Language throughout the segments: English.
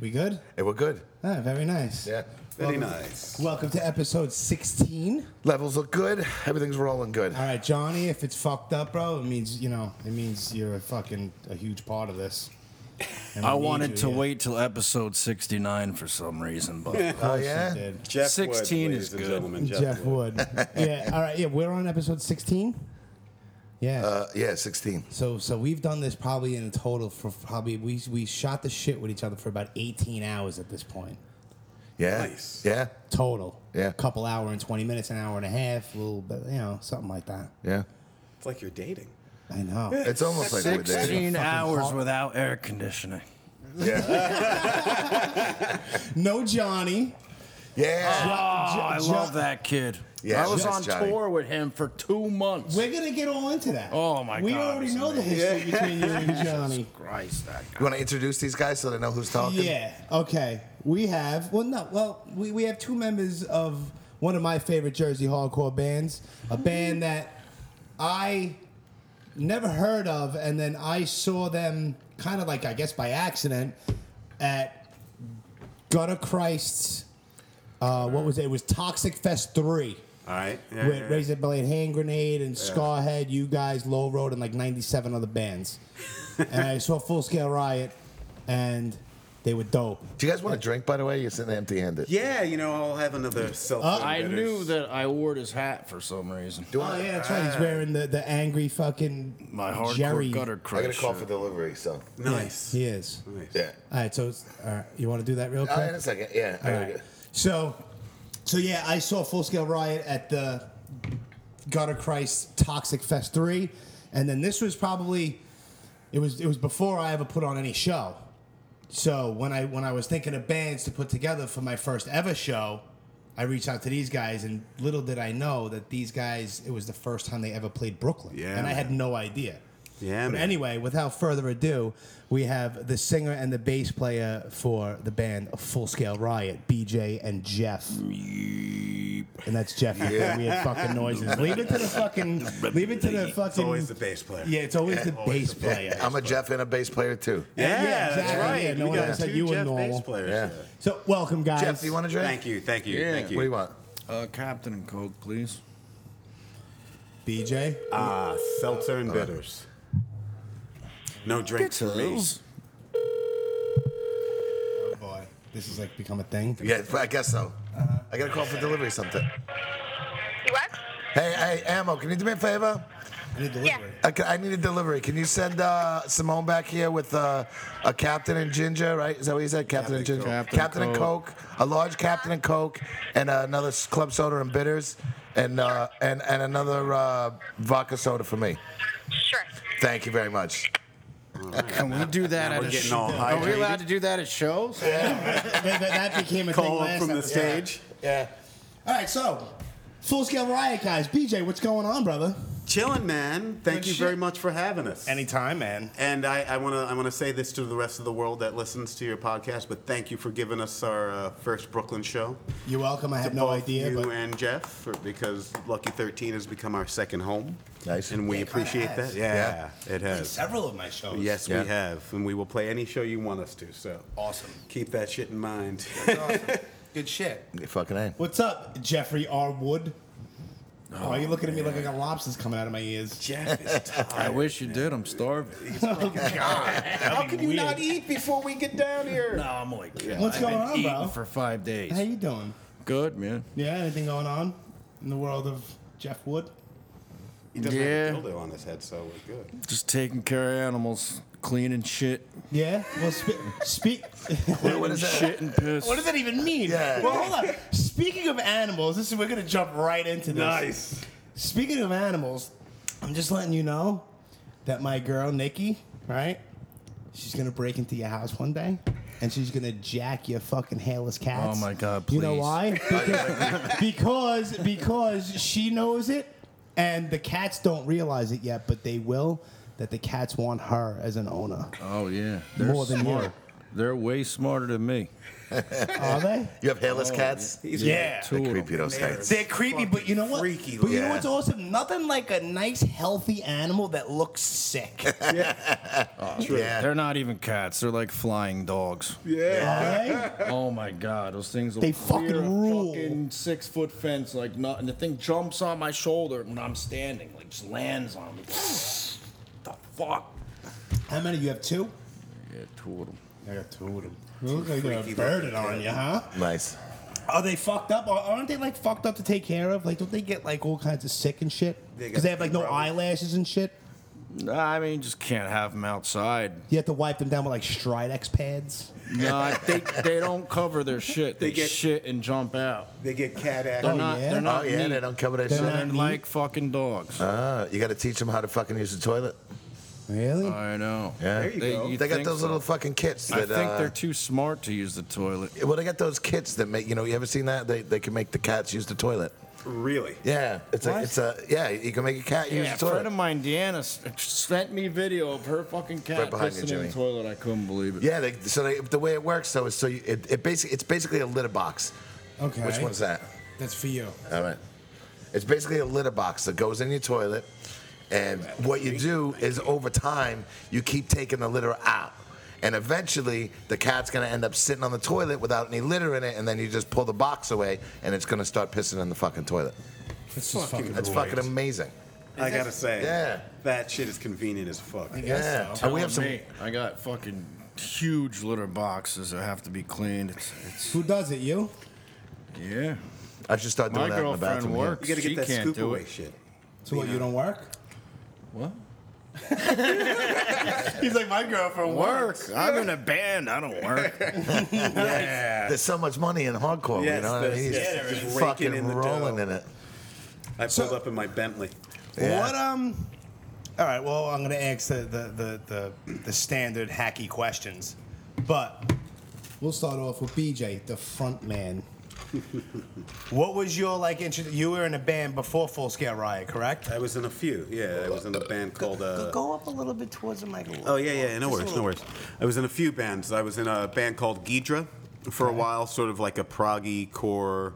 We good? And we're good. Ah, very nice. Yeah. Very nice. Welcome to episode 16. Levels look good. Everything's rolling good. All right, Johnny, if it's fucked up, bro, it means, you know, it means you're a fucking a huge part of this. And we I need wanted you to here. wait till episode 69 for some reason, but Oh, Yes, you yeah? did. Jeff 16 Wood, is ladies and good. gentlemen. Jeff, Jeff Wood. Wood. yeah, all right, yeah, we're on episode 16? Yeah. Uh, yeah, 16. So so we've done this probably in total for probably we we shot the shit with each other for about 18 hours at this point. Yeah. Nice. Yeah. Total. Yeah. couple hour and 20 minutes, an hour and a half, a little bit, you know, something like that. Yeah. It's like you're dating. I know. It's almost like we're there. 16 hours hot. without air conditioning. Yeah. No Johnny. Yeah. Oh, I Jo- love that kid. Yeah, I was nice, on Johnny. tour with him for two months. We're going to get all into that. Oh, my We God, already it's know the history between you and Johnny. Christ, that You want to introduce these guys so they know who's talking? Yeah. Okay. We have well, no, well, we, we have two members of one of my favorite Jersey hardcore bands, a band that I never heard of, and then I saw them kind of like I guess by accident at Gutter Christ's. Uh, what was it? It was Toxic Fest three. All right. Yeah, With yeah, yeah. Razor Blade Hand Grenade and Scarhead, you guys, Low Road, and like 97 other bands. and I saw Full Scale Riot, and they were dope. Do you guys want a drink, by the way? You're sitting empty handed. Yeah, you know, I'll have another self. I knew that I wore his hat for some reason. Do Oh, I- yeah, that's right. Ah. He's wearing the, the angry fucking My hardcore Jerry. gutter I crush. got a call shirt. for delivery, so. Nice. He is. Nice. Yeah. All right, so it's, all right, you want to do that real quick? Oh, in a second. Yeah. I All gotta right. go. So, so yeah, I saw Full Scale Riot at the God of Christ Toxic Fest three, and then this was probably it was it was before I ever put on any show. So when I when I was thinking of bands to put together for my first ever show, I reached out to these guys, and little did I know that these guys it was the first time they ever played Brooklyn, Yeah, and I man. had no idea. Yeah, But man. anyway, without further ado, we have the singer and the bass player for the band Full Scale Riot, BJ and Jeff. And that's Jeff. making Weird fucking noises. Leave it to the fucking. Leave it to the fucking. It's always the bass player. Yeah, it's always the bass always player. I'm a Jeff and a bass player, too. Yeah, Yeah, that's exactly. right. Yeah, no we one got else said two you were Jeff normal. bass players. Yeah. here. So welcome, guys. Jeff, do you want a drink? Thank you, thank you, Yeah. thank you. What do you want? Uh, Captain and Coke, please. BJ. Ah, seltzer and bitters. No drinks for me. Oh boy, this has like become a thing. Yeah, I guess so. I got a call for delivery, something. You What? Hey, hey, Ammo, can you do me a favor? I need delivery. I, ca- I need a delivery. Can you send uh, Simone back here with uh, a Captain and Ginger, right? Is that what you said? Captain, and Ginger. Captain and Coke. A large Captain and Coke, and uh, another s- club soda and bitters, and uh, and and another uh, vodka soda for me. Sure. Thank you very much. Can we do that Now at we're a getting show? all Are we hydrated. allowed to do that at shows? that, that became a thing Call last up from the episode. stage. Yeah. All right, so Full Scale Riot, guys. BJ, what's going on, brother? Chilling, man. Thank Good you shit. very much for having us. Anytime, man. And I, I want to I wanna say this to the rest of the world that listens to your podcast, but thank you for giving us our uh, first Brooklyn show. You're welcome. I had To no both idea, You but and Jeff, for, because Lucky 13 has become our second home. Nice. And we Yeah, it kinda appreciate has. that. Yeah, it has. several of my shows. Yes, Yeah. we have. And we will play any show you want us to. So Awesome. keep that shit in mind. Good shit. Fucking A. What's up, Jeffrey R. Wood? Oh, Why are you looking at me like I got lobsters coming out of my ears? Jeff is I tired. wish you did. I'm starving. How could you Weird. not eat before we get down here? No, I'm like, What's going on, eating bro? for five days. How you doing? Good, man. Yeah, anything going on in the world of Jeff Wood? He doesn't have a Yeah. dildo on his head, so we're good. Just taking care of animals, cleaning shit, Yeah. Well, spe- speak. What is that? shit and piss. what does that even mean? Yeah. Well, hold on. Speaking of animals, this is we're gonna jump right into this. Speaking of animals, I'm just letting you know that my girl Nikki, right? She's gonna break into your house one day, and she's gonna jack your fucking hairless cats. Oh my God, You know please. why? Because, because because she knows it, and the cats don't realize it yet, but they will. That the cats want her as an owner Oh yeah, more than you. They're way smarter than me. Are they? You have hairless cats? Yeah. Two They're of them. creepy, those cats. They're creepy, but you know what? Freaky but you know looking. what's awesome? Nothing like a nice, healthy animal that looks sick. Yeah. They're not even cats. They're like flying dogs. All right? Oh my god, those things! Will They clear fucking a rule. Fucking six foot fence, like nothing. The thing jumps on my shoulder when I'm standing, like just lands on me. the fuck? How many? You have two? Yeah, two of them. I got two of them. You look like you got a bird it on you, huh? Nice. Are they fucked up? Are- Aren't they like fucked up to take care of? Like, don't they get like all kinds of sick and shit? They Because got they have like no problems. eyelashes and shit. Nah, I mean, just can't have them outside. You have to wipe them down with like Stridex pads. No, I think they don't cover their shit. They, They get- shit and jump out. They get cat They're Oh, acne. not. yeah? They're Oh, not. yeah, they neat. don't cover their They're shit. not- They're like fucking dogs. Ah, you got to teach them how to fucking use the toilet. Really? I know. Yeah. There you They- go. you They got think those so? little fucking kits I that. think uh, they're too smart to use the toilet. Well, they got those kits that make you know. You ever seen that? They they can make the cats use the toilet. Really? Yeah, it's a What? it's a yeah. You can make a cat use Yeah, a the toilet. friend of mine, Deanna, s- sent me video of her fucking Right cat behind you, pissing in Jimmy. the toilet. I couldn't believe it. yeah, they, so they, the way it works though is so you, it, it basically it's basically a litter box. Okay. Which one's that? That's for you. All right. It's basically a litter box that goes in your toilet, and what you do is over time you keep taking the litter out, and eventually the cat's gonna end up sitting on the toilet without any litter in it, and then you just pull the box away, and it's gonna start pissing in the fucking toilet. That's just fucking. That's fucking amazing. I gotta say, Yeah. that shit is convenient as fuck. Yeah, Telling and we have some. me, I got fucking huge litter boxes that have to be cleaned. It's, it's Who does it? You? yeah. I should start doing My that in the girlfriend bathroom. works. You gotta get She that can't scoop do away it. shit. So what? You don't work? What? He's like my girlfriend. Work. I'm in a band. I don't work. Here. There's so much money in hardcore. you Yes, know what I mean? there's- He's yeah, there is. Raking fucking in the rolling dough. in it. I pulled So- up in my Bentley. Yeah. What um? All right. Well, I'm gonna ask the the, the the the standard hacky questions, but we'll start off with BJ, the front man. what was your like? Intro- you were in a band before Full Scale Riot, correct? I was in a few. Yeah, I was in a band called. Uh, Go up a little bit towards the mic. a little- Oh yeah, yeah, just no a worries, no little- worries. I was in a few bands. I was in a band called Ghidra for a while, sort of like a proggy core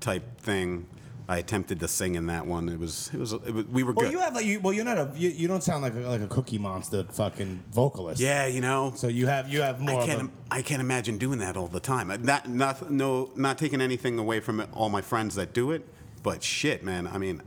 type thing. I attempted to sing in that one. It was, it was, it was we were Well, good. you have like you. Well, you're not a. You, you don't sound like a, like a Cookie Monster fucking vocalist. yeah, you know, So you have you have more I of can't, a. im- I can't imagine doing that all the time. I- Not, not, no, not taking anything away from it, all my friends that do it, but shit, man. I mean,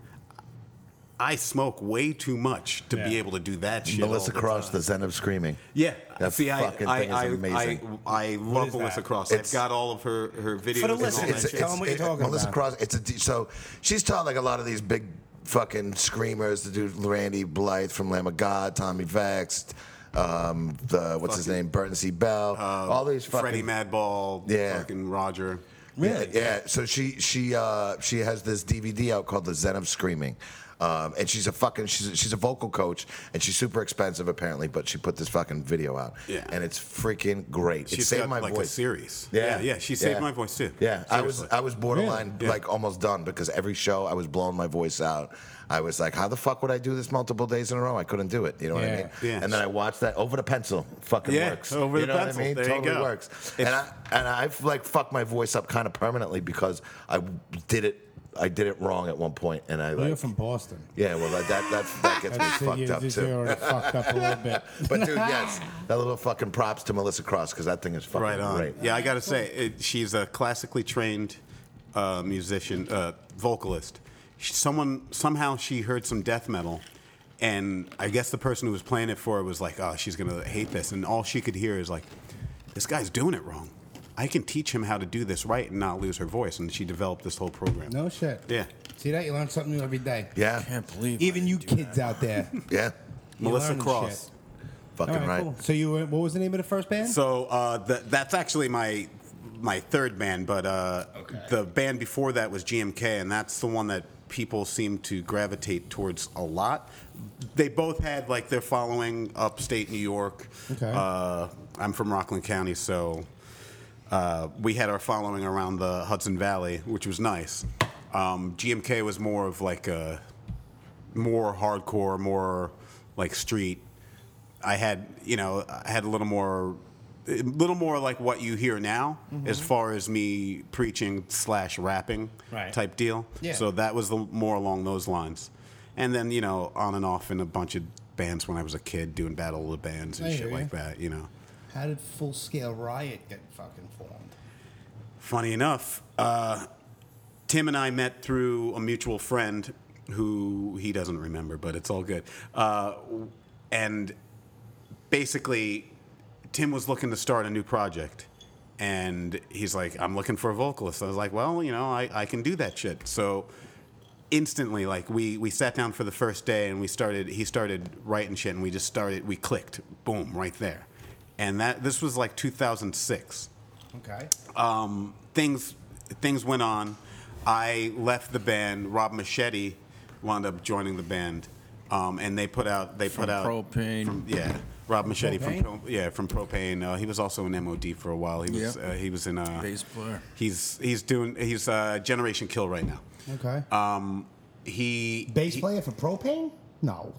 I smoke way too much to be Yeah. able to do that shit. Melissa all the Cross time. does end up screaming. Yeah, That see, fucking I, thing I, is amazing. I, I, I love is Melissa that? Cross. It's- I've got all of her her videos. and all listeners, that it's- shit. tell 'em what you're talking Melissa about. Cross. It's a d- so she's taught like a lot of these big fucking screamers to do Randy Blythe from Lamb of God, Tommy Vexed, um, the what's his name, Burton C. Bell, all these fucking uh, Freddie Madball, Yeah. fucking Roger. Really? Yeah. yeah. So she she uh, she has this DVD out called The Zen of Screaming. Um, and she's a fucking she's, she's a vocal coach and she's super expensive apparently but she put this fucking video out Yeah. and it's freaking great She's it saved got my like voice a series. Yeah. yeah, she saved Yeah. my voice too. yeah I was Seriously. I was borderline Yeah. like almost done because every show I was blowing my voice out I was like how the fuck would I do this multiple days in a row I couldn't do it you know what I Yeah. mean Yeah. and then I watched that over the pencil fucking Yeah, works Over you the know Pencil. what I mean There you totally go. works It's- and I and I've like fucked my voice up kind of permanently because I did it. I did it wrong at one point, and I Well, you're like, from Boston. yeah. Well, that that that, that gets me So fucked you- up you- You're too. already fucked up a little bit. But dude, yes, that little fucking props to Melissa Cross because that thing is fucking Right on. great. Yeah, I gotta say, it, she's a classically trained uh, musician, uh, vocalist. She, someone somehow she heard some death metal, and I guess the person who was playing it for her was like, "Oh, she's gonna hate this," and all she could hear is like, "This guy's doing it wrong. I can teach him how to do this right and not lose her voice." And she developed this whole program. No shit. Yeah. See that? You learn something new every day. Yeah, Can't believe I Even you didn't do kids out there. yeah, You Melissa learn Cross. shit. fucking All right, right. cool. So you were, what was the name of the first band? So uh, th- that's actually my my third band, but uh, the band before that was GMK, and that's the one that people seem to gravitate towards a lot. They both had like their following upstate New York. Okay. Uh, I'm from Rockland County, so uh, we had our following around the Hudson Valley, which was nice. Um, GMK was more of like a more hardcore, more like street. I had, you know, I had a little more a little more like what you hear now, Mm-hmm. as far as me preaching slash rapping Right. type deal. Yeah. So that was the, more along those lines, and then you know on and off in a bunch of bands when I was a kid doing battle of the bands and I shit hear like you. that. You know. How did Full Scale Riot get fucking formed? Funny enough, uh, Tim and I met through a mutual friend who he doesn't remember, but it's all good. Uh, and basically, Tim was looking to start a new project. And he's like, I'm looking for a vocalist. I was like, well, you know, I, I can do that shit. So instantly, like, we, we sat down for the first day and we started, he started writing shit and we just started, we clicked, boom, right there. And that, this was like 2006 Okay. um, things things went on. I left the band. Rob Machete wound up joining the band, um, and they put out they put out Propane. from- yeah. Rob Machete from Propane? Pro, yeah from Propane. Uh, he was also in MOD for a while. He was Yep. uh, he was in uh, Bass player. He's he's doing he's uh, Generation Kill right now. Okay. Um, he Bass he- player for Propane? No.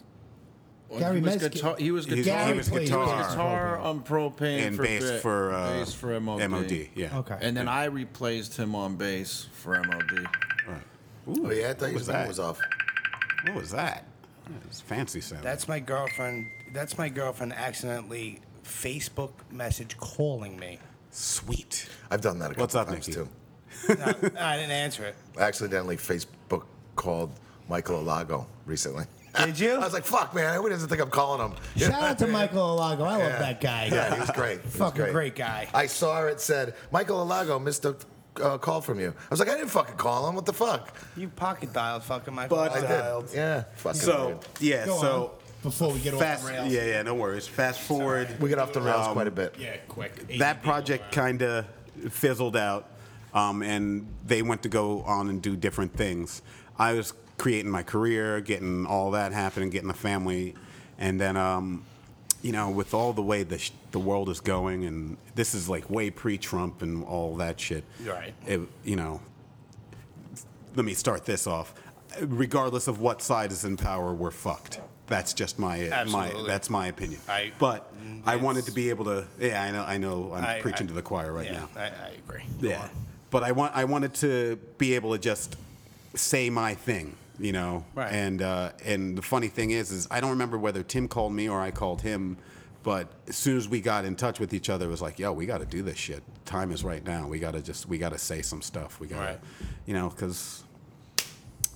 Well, Gary he was Mezki- guitar. He was He was- guitar. he was he guitar. was guitar on propane and for bass bit- for uh, bass for MOD. MOD. Yeah. Okay. And then I replaced him on bass for MOD. Right. Ooh, Oh, yeah, I thought what your was phone that? was off. What was that? It's fancy sound. That's my girlfriend. That's my girlfriend accidentally Facebook message calling me. sweet. I've done that a couple What's up, times Nikki? too. No, I didn't answer it. I accidentally Facebook called Michael Alago recently. Did you? I was like, "Fuck, man! Who doesn't think I'm calling him?" You Shout know out to what I mean? Michael Alago. I love that guy. Yeah, he's great. He's Fucking great guy. I saw it said Michael Alago missed a uh, call from you. I was like, I didn't fucking call him. What the fuck? You pocket dialed fucking my But- I uh, Dialed. did. Yeah. Fucking So weird. yeah, Go so on, before we get fast, off the rails. yeah, yeah, no worries. Fast forward, we get off the rails quite a bit. yeah, quick. that project kind of fizzled out, um, and they went to go on and do different things. I was creating my career, getting all that happening, getting the family, and then um, you know, with all the way the sh- the world is going, and this is like way pre-Trump and all that shit. Right. It, you know, let me start this off. Regardless of what side is in power, we're fucked. That's just my my Absolutely. that's my opinion. I- but I wanted to be able to. Yeah, I know. I know. I'm I- preaching I- to the choir right Yeah, now. I, I agree. yeah, but I want. I wanted to be able to just say my thing. You know. Right. And uh, and the funny thing is, is I don't remember whether Tim called me or I called him. But as soon as we got in touch with each other, it was like, yo, we got to do this shit. Time is right now. We got to just, we got to say some stuff. We got to, Right. you know, because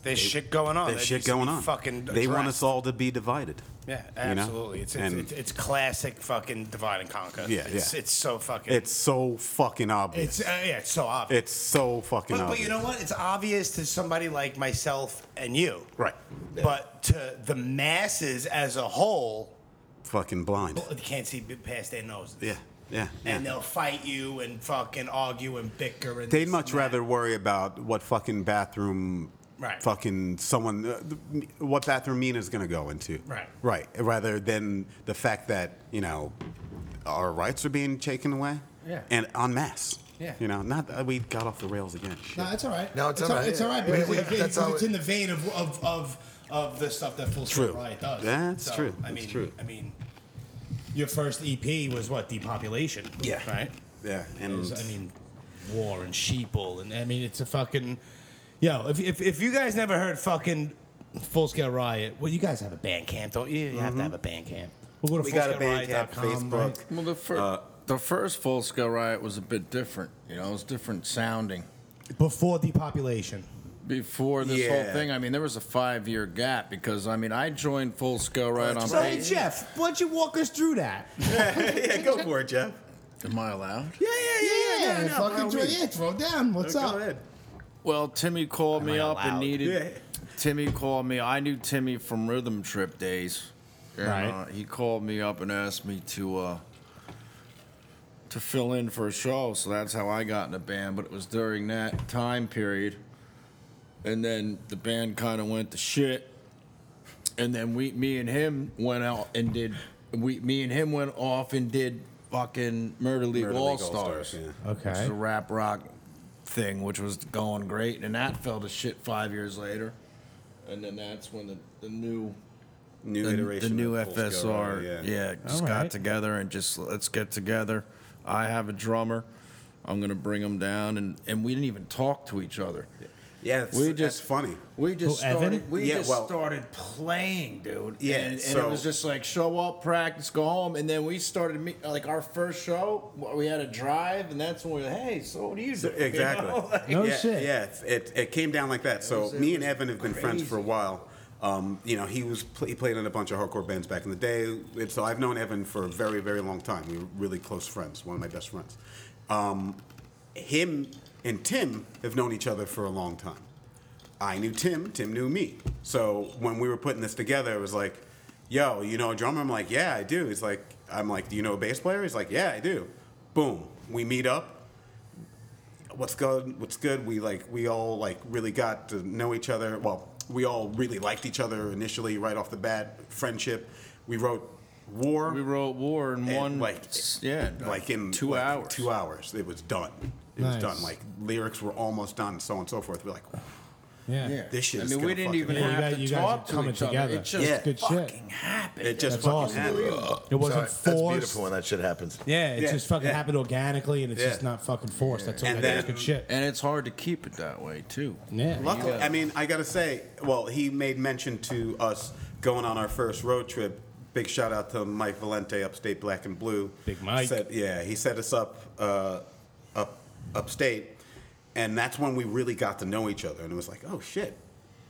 There's shit going on. there's that shit needs to going Oh, be on. Fucking. they want addressed. us all to be divided. Yeah, you know? absolutely. It's it's, And- it's it's classic fucking divide and conquer. Yeah, it's, yeah. it's so fucking. It's so fucking obvious. it's uh, It's, yeah, it's so obvious. so fucking But, but obvious. you know what? It's obvious to somebody like myself and you. Right. But to the masses as a whole, Fucking blind. they can't see b- past their noses. Yeah. Yeah. And yeah. they'll fight you and fucking argue and bicker and. They'd this much and that. rather worry about what fucking bathroom. Right. Fucking someone, uh, th- what bathroom Mina's gonna go into. Right. Right. Rather than the fact that, you know, our rights are being taken away. Yeah. And en masse. Yeah. You know, not, uh, we got off the rails again. Shit. No, it's all right. No, it's all right. It's all right Yeah, because we- it- that's it's, how it's it- in the vein of of of, of the stuff that Full Scale True. Riot does. That's So, true. I That's mean, true. I mean, your first EP was what depopulation. Yeah. Right. Yeah. And It was, I mean, war and sheeple, and I mean, it's a fucking. Yo, if if, if If you guys never heard fucking Full Scale Riot, well, you guys have a band camp, don't you? You have Mm-hmm. to have a band camp. we'll go to we got a band fullscaleriot.com, camp, Facebook. right? Well, the, fir- Uh, the first full scale riot was a bit different. You know, it was different sounding. before depopulation. Before this Yeah. whole thing, I mean, there was a five year gap because, I mean, I joined full scale riot on So hey bass. Jeff, why don't you walk us through that? yeah, go for it, Jeff. Am I allowed? Yeah, yeah, yeah, yeah. no, fucking no, throw, we- yeah, throw down. What's Go up? ahead. Well, Timmy called me I up allowed? and needed. Yeah. Timmy called me. I knew Timmy from Rhythm Trip days. And, Right. uh, he called me up and asked me to uh, to fill in for a show. So that's how I got in the band. But it was during that time period, and then the band kind of went to shit. And then we, me and him, went out and did. We, me and him, went off and did fucking Murder League Murder League All Stars. All-Stars, yeah. Okay. Which is a rap rock thing, which was going great, and that fell to shit five years later. And then that's when the, the new New the, the iteration. new of Full Scale FSR Radio, yeah, just All right. got together and just let's get together. I have a drummer. I'm gonna bring him down, and and we didn't even talk to each other. Yeah, it's, We just that's funny. We just Who, Evan? started. We Yeah, just well- started playing, dude. Yeah, and, and so- it was just like show up, practice, go home, and then we started meet, like our first show. We had a drive, and that's when we were hey, so what do you do? You Exactly. know, like- No yeah, shit. Yeah, it, it, it came down like that. So was- it me and was Evan have been friends for a crazy. while. Um, you know, he was pl- he played in a bunch of hardcore bands back in the day. And so I've known Evan for a very, very long time. We were really close friends, one of my best friends. Um, him and Tim have known each other for a long time. I knew Tim, Tim knew me. So when we were putting this together, it was like, yo, you know a drummer? I'm like, yeah, I do. He's like, I'm like, do you know a bass player? He's like, yeah, I do. Boom. We meet up what's good what's good we like we all like really got to know each other well we all really liked each other initially right off the bat friendship we wrote war we wrote war in and, one like yeah, like in two like, hours. two hours it was done it Nice. was done like lyrics were almost done so on and so forth we're like Yeah. Yeah. This shit I is mean, gonna we didn't fucking even happen. You have guys- to you guys are talk to coming each other. together. It just Yeah. Good shit. fucking happened. it just That's fucking awesome. happened It wasn't Sorry, that's forced. beautiful when that shit happens. Yeah, it Yeah, just fucking yeah. happened organically, and it's Yeah. just not fucking forced. That's all. And That's then- good shit. and it's hard to keep it that way too. Yeah. Luckily, Yeah. I mean, I gotta say, well, he made mention to us going on our first road trip. Big shout out to Mike Valente, Upstate Black and Blue. Big Mike. Set- yeah, he set us up, uh, up, upstate, and that's when we really got to know each other, and it was like, oh shit.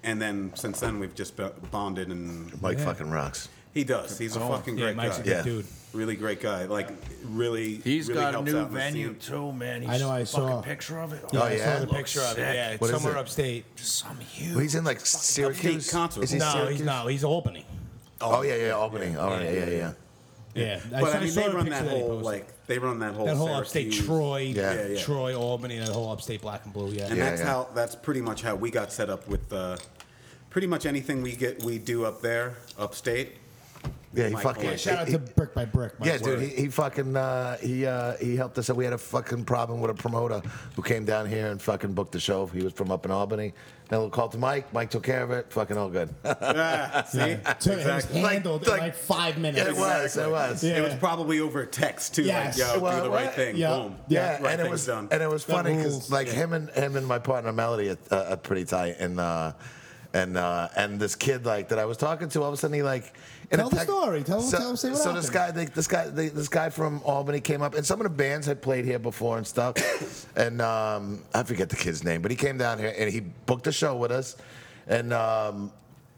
And then since then, we've just bo- bonded, and Mike fucking rocks. he does. He's a fucking Oh, Yeah, great Mike's guy. a good Yeah. dude. Really great guy. Like, really. He's really got a helps new out in the venue scene. too, man. He's I know, I saw- a picture of it. Oh, I yeah? saw the Looks picture of it. sick. Yeah, it's What is somewhere it? upstate. Some huge. Well, he's in like Syracuse. concert. Is he No, No, Syracuse? he's no, he's Albany. Oh yeah, yeah, Albany. All right, yeah, yeah, yeah. Yeah, But I, I mean, saw they the run picture that that he whole posted. like they run that whole that whole upstate Syracuse- Troy, Yeah. Yeah, yeah. Troy, Albany, that whole upstate black and blue. Yeah, And Yeah, that's yeah. how that's pretty much how we got set up with uh, pretty much anything we get we do up there, upstate. Yeah, he Mike fucking. Boyd. shout out he- to Brick by Brick. my Yeah, dude, word. he, he fucking uh, he uh, he helped us out. We had a fucking problem with a promoter who came down here and fucking booked the show. He was from up in Albany. Then we'll call to Mike. Mike took care of it. Fucking all good. Ah, see, So it was exactly. Like- handled like- in like five minutes. Yeah, it was. It was. Yeah. It was probably over text too. Yes. Like, yo, Well, do the what? right thing. Yeah. Boom. Yeah, and right it thing's was done. and it was funny because rules. like him and him and my partner Melody are, uh, are pretty tight and uh, and uh, and this kid like that I was talking to all of a sudden he like in a Tell the story. Tell- tell- say what so this happened. guy they, this guy they, this guy from Albany came up and some of the bands had played here before and stuff and um, I forget the kid's name but he came down here and he booked a show with us and. Um,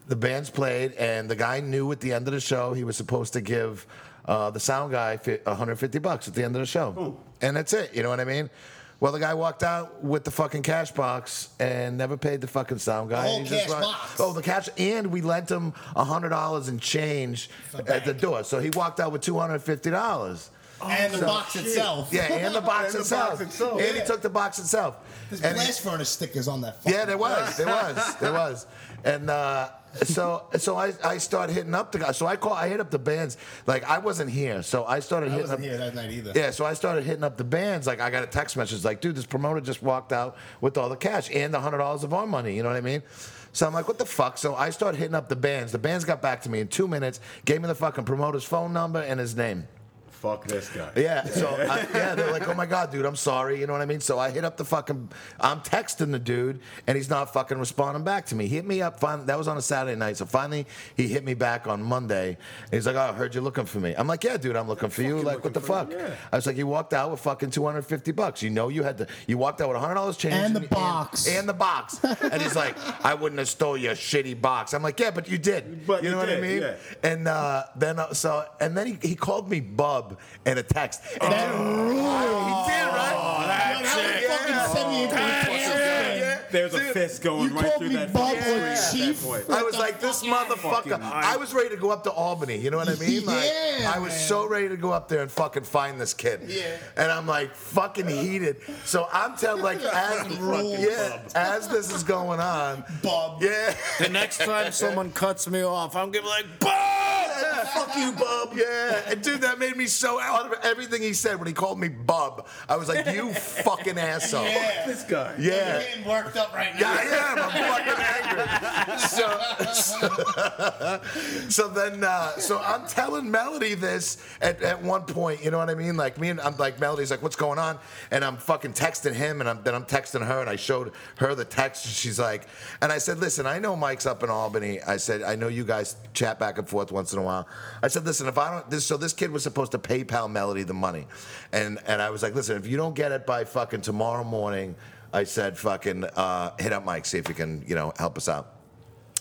the band's played, and the guy knew at the end of the show he was supposed to give uh, the sound guy fi- 150 bucks at the end of the show, and that's it. You know what I mean? Well, the guy walked out with the fucking cash box and never paid the fucking sound guy. whole He just cash run- box. Oh, the cash, and we lent him hundred dollars in change at the door, so he walked out with 250 dollars. and the box itself. Yeah, and the box And the box itself. itself. And he took the box itself. There's And he- blast furnace stickers on that. yeah, there was, there was, there was, and uh, so so I I start hitting up the guy. So I call, I hit up the bands. Like I wasn't here, so I I started hitting wasn't up. here that night either. Yeah, so I started hitting up the bands. Like I got a text message, like, dude, this promoter just walked out with all the cash and the hundred dollars of our money. You know what I mean? So I'm like, what the fuck? So I started hitting up the bands. The bands got back to me in two minutes, gave me the fucking promoter's phone number and his name. Fuck this guy. Yeah. So I, yeah, they're like, "Oh my god, dude, I'm sorry." You know what I mean? So I hit up the fucking. I'm texting the dude, and he's not fucking responding back to me. He hit me up. Finally, that was on a Saturday night. So finally, he hit me back on Monday. He's like, "Oh, I heard you're looking for me." I'm like, "Yeah, dude, I'm looking for you." Like, what the fuck? I was like, "You walked out with fucking 250 bucks. You know, you had to. You walked out with 100 dollars change And the box. and, the box." and he's like, "I wouldn't have stole your shitty box." I'm like, "Yeah, but you did. But you you know did, what I mean?" yeah. And uh, then uh, so and then he, he called me bub in a text. Oh. And That he did, right? How the fuck you send me into this fucking thing? There's a fist going You right called through me that. Bob fucking or screen at that Chief? point. I was like, this motherfucker. Fucking I was ready to go up to Albany. You know what I mean? Like, Yeah, I was man. so ready to go up there and fucking find this kid. Yeah. And I'm like fucking heated. So I'm telling like as yeah, as this is going on. Bob. Yeah. The next time someone cuts me off, I'm gonna be like, "Bob, fuck you, bub. Yeah, and dude, that made me so out of everything he said when he called me bub. I was like, you fucking asshole. This guy. Yeah. Getting worked up right now. Yeah, I am. I'm fucking angry. So, so, so then, uh, so I'm telling Melody this at, at one point. You know what I mean? Like me and I'm like Melody's like, "What's going on?" And I'm fucking texting him, and I'm then I'm texting her, and I showed her the text. And she's like, and I said, "Listen, I know Mike's up in Albany. I said, I know you guys chat back and forth once in a while. I said, listen, if I don't this, so this kid was supposed to PayPal Melody the money, and and I was like, listen, if you don't get it by fucking tomorrow morning." I said, fucking uh, hit up Mike, see if he can, you know, help us out.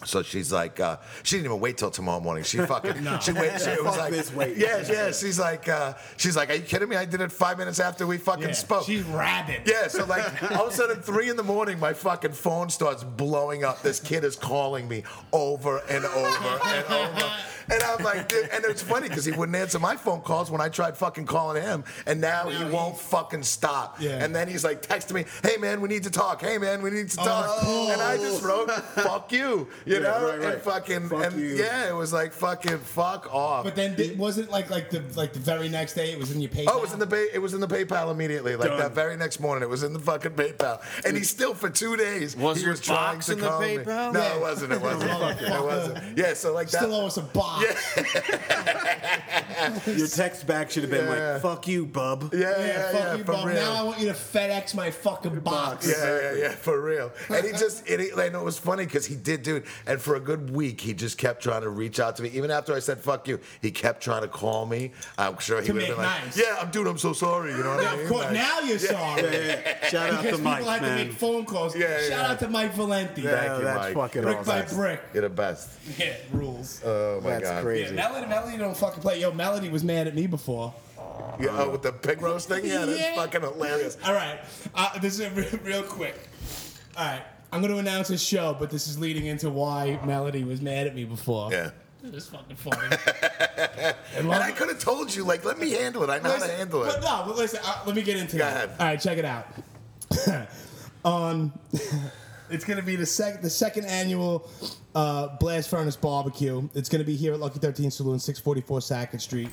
So she's like, uh, she didn't even wait till tomorrow morning. She fucking, she waited. She was Fuck like, this wait. yeah, yeah. She's like, uh, she's like, are you kidding me? I did it five minutes after we fucking Yeah, spoke. She's rabid. Yeah, so like all of a sudden, three in the morning, my fucking phone starts blowing up. This kid is calling me over and over and over. And I'm like, dude, and it's funny because he wouldn't answer my phone calls when I tried fucking calling him, and now he won't fucking stop. Yeah. And then he's like texting me, "Hey man, we need to talk. Hey man, we need to talk." cool. And I just wrote, "Fuck you," you Oh, Yeah, know, right, right. and fucking, Fuck and you. yeah, it was like fucking, fuck off. But then it wasn't like like the like the very next day. It was in your paper. Oh, it was in the pay, it was in the PayPal immediately. Like Done. that very next morning, it was in the fucking PayPal, and he still for two days Was he your was trying box to in the call me. PayPal? No, Yeah. it wasn't. It wasn't. it wasn't. Yeah, so like that. Still owe us a box. Your text back should have been Yeah. like, "Fuck you, bub." yeah, yeah, Yeah, yeah, fuck you, for Bob. real. Now I want you to FedEx my fucking box. Yeah, yeah, yeah, for real. And he just, and, he, and it was funny because he did, dude. And for a good week, he just kept trying to reach out to me. Even after I said "fuck you," he kept trying to call me. I'm sure he To would have make been like, nice. "Yeah, I'm, dude, I'm so sorry." You know what I mean? Of course, Like, now you're sorry. Yeah, yeah. Shout out Because to people Mike, had to man. make phone calls. Yeah, yeah, Shout yeah. out to Mike Valenti. Thank Yeah, you, that's Mike. fucking Brick by awesome. brick. You're the best. Yeah, rules. Oh my That's god. crazy. yeah, Melody, Melody don't fucking play. Yo, Melody was mad at me before. Yeah, oh, with the pig roast thing? Yeah, that's Yeah. fucking hilarious. All right, uh, this is re- real quick. All right, I'm going to announce a show, but this is leading into why Melody was mad at me before. Yeah. This is fucking funny. and And while- I could have told you, like, let me handle it. I know how to Listen, handle But it. no, but listen, uh, let me get into Go that. ahead. All right, check it out. On, it's going to be the second the second annual uh, Blast Furnace Barbecue. It's going to be here at Lucky 13 Saloon, 644 Sackett Street.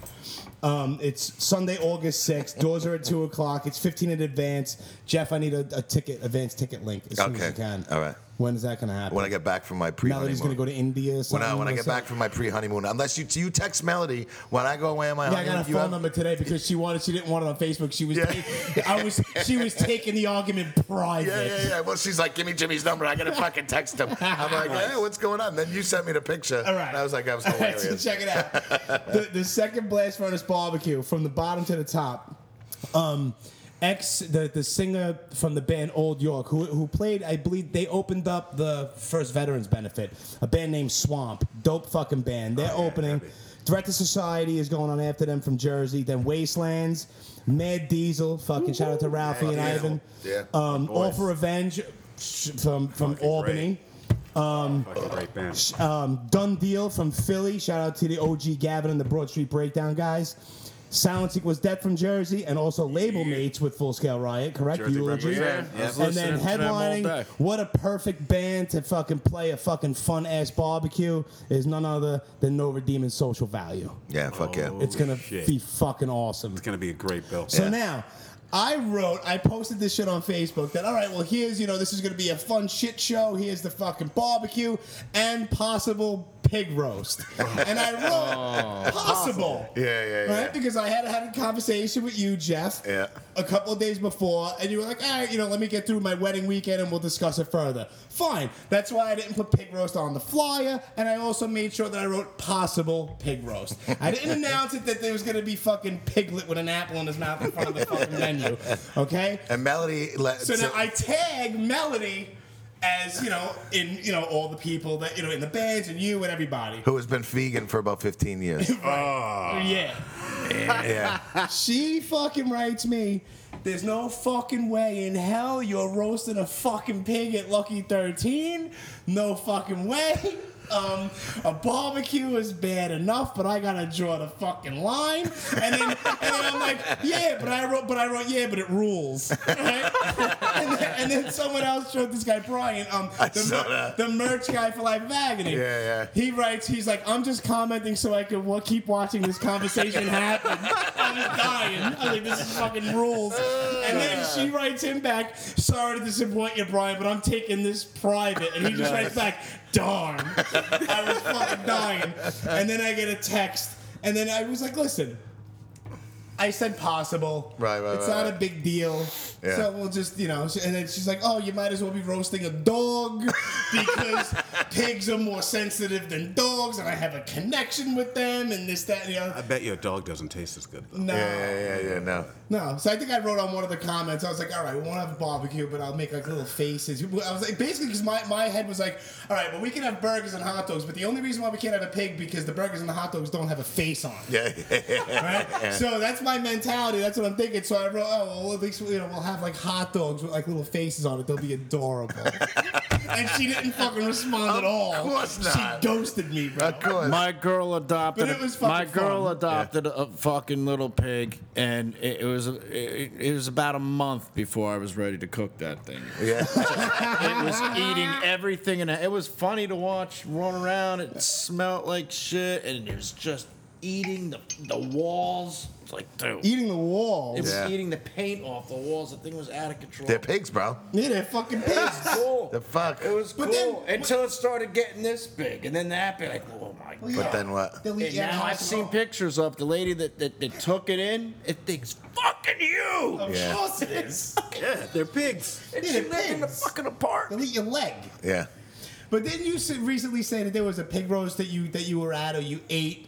Um, it's Sunday, August 6th. Doors are at 2 o'clock. It's 15 in advance. Jeff, I need a, a ticket, advance ticket link as soon as Okay. you can. All right. When is that going to happen? When I get back from my pre Melody's going to honeymoon. go to India or When something. I, when I or get something. back from my pre honeymoon, unless you you text Melody when I go away on my Yeah, I honeymoon. got a you phone have- number today because she wanted. She didn't want it on Facebook. She was. Yeah. ta- I was. She was taking the argument private. Yeah, yeah, yeah. Well, she's like, give me Jimmy's number. I gotta fucking text him. I'm like, hey, what's going on? Then you sent me the picture. All right. And I was like, that was All right, so hilarious. check it out. the, the second blast furnace barbecue from the bottom to the top. Um, ex the the singer from the band Old York who who played I believe they opened up the first veterans benefit. A band named Swamp, dope fucking band. Oh, They're opening. Threat to Society is going on after them from Jersey. Then Wastelands, Mad Diesel, fucking shout out to Ralphie and Mad Diesel. Ivan. Yeah. Um, All Boys. for Revenge sh- from from Fucking Albany. great. Fucking great band. Um, Done Deal from Philly. Shout out to the OG Gavin and the Broad Street Breakdown guys. Silence Equals Death from Jersey, and also Label Mates with Full Scale Riot, correct? Jersey Eulogy. represent. Yeah, I was And then listening to them all day. headlining, what a perfect band to fucking play a fucking fun ass barbecue is none other than No Redeeming Social Value. yeah, fuck yeah. It's gonna shit. be fucking awesome. It's gonna be a great bill. So now, I wrote, I posted this shit on Facebook that, all right, well, here's, you know, this is going to be a fun shit show. Here's the fucking barbecue and possible pig roast. and I wrote, possible. Oh. Yeah, yeah, yeah. Right? Because I had had a conversation with you, Jeff, Yeah. a couple of days before, and you were like, all right, you know, let me get through my wedding weekend and we'll discuss it further. Fine. That's why I didn't put pig roast on the flyer, and I also made sure that I wrote possible pig roast. I didn't announce it that there was going to be fucking piglet with an apple in his mouth in front of the fucking menu. Okay? And Melody, let, So now I tag Melody as, you know, in, you know, all the people that, you know, in the bands and you and everybody. who has been vegan for about 15 years. Yeah. yeah. She fucking writes me. There's no fucking way in hell you're roasting a fucking pig at Lucky 13. No fucking way. Um, a barbecue is bad enough, but I gotta draw the fucking line. And then, and then I'm like, yeah, but I wrote, but I wrote, yeah, but it rules. Right? and, then, and then someone else showed this guy Brian, um, I the, saw mer- that. the merch guy for Life of Agony. Yeah, yeah. He writes, he's like, I'm just commenting so I can wa- keep watching this conversation happen. I'm just dying. I was like, this is fucking rules. And then she writes him back, sorry to disappoint you, Brian, but I'm taking this private. And he just writes back, darn. I was fucking dying. And then I get a text, and then I was like, listen. I said possible. Right, right, It's right, not right. a big deal. Yeah. So we'll just, you know, and then she's like, oh, you might as well be roasting a dog because pigs are more sensitive than dogs and I have a connection with them and this, that, and the I other. bet your dog doesn't taste as good though. No. Yeah, yeah, yeah, yeah. No. No. So I think I wrote on one of the comments, I was like, all right, we won't have a barbecue, but I'll make like little faces. I was like, basically, because my, my head was like, all right, well, we can have burgers and hot dogs, but the only reason why we can't have a pig because the burgers and the hot dogs don't have a face on it. Yeah, yeah, yeah. right? So that's my mentality. That's what I'm thinking. So I wrote, oh, well, at least you know we'll have like hot dogs with like little faces on it. They'll be adorable. and she didn't fucking respond Of at all. course not. She ghosted me, bro. Of course. My girl adopted. But it was a- fucking my girl fun. adopted a fucking little pig, and it, it was a- it, it was about a month before I was ready to cook that thing. yeah. It was eating everything, and it was funny to watch run around. It smelled like shit, and it was just eating the the walls. It's like dude. Eating the it walls. was Yeah. eating the paint off the walls. The thing was out of control. They're pigs, bro. Yeah, they're fucking pigs. Cool. The fuck. It was But cool then- until it started getting this big, and then that big. Like, oh my god! But then what? They'll eat And you at now I've hospital. seen pictures of the lady that, that, that took it in. It thinks fucking you. Of Yeah. course it is. Yeah, they're pigs. And Yeah, she the lived in the pigs. fucking apartment. They'll eat your leg. Yeah. But didn't you say- recently say that there was a pig roast that you that you were at or you ate?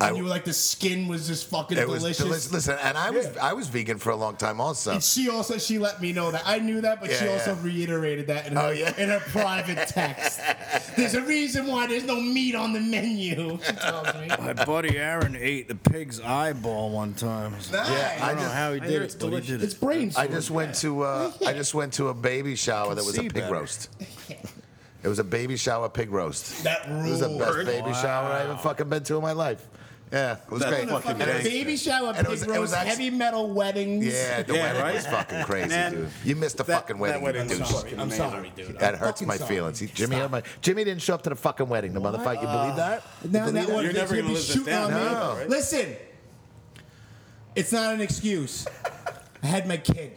I- And you were like the skin was just fucking It was delicious. delicious. Listen, and I was I was vegan for a long time also. And she also she let me know that I knew that, but she Yeah, also yeah. reiterated that in her, Oh, yeah. in her private text. There's a reason why there's no meat on the menu. She tells me. My buddy Aaron ate the pig's eyeball one time. Yeah, I I don't know just- how he hear did it's it, but he did it's it. brain. I food. just went to uh, I just went to a baby shower that was a see pig better. roast. It was a baby shower pig roast. that It was the best rule. baby shower I ever fucking been to in my life. Yeah, it was That's great. fucking Fucking And it was- baby shower, and it pig was- it was roast, actu- heavy metal weddings. Yeah, the Yeah, wedding right? was fucking crazy, Man, dude. You missed the that- fucking that wedding, you wedding was douche. fucking I'm amazing. sorry, dude. That I'm hurts fucking my sorry. feelings. He, Jimmy, hurt my, Jimmy didn't show up to the fucking wedding. The motherfucker, you believe that? Now that You're one never never gonna gonna be live this shooting down, on me. no. Right? Listen, it's not an excuse. I had my kid.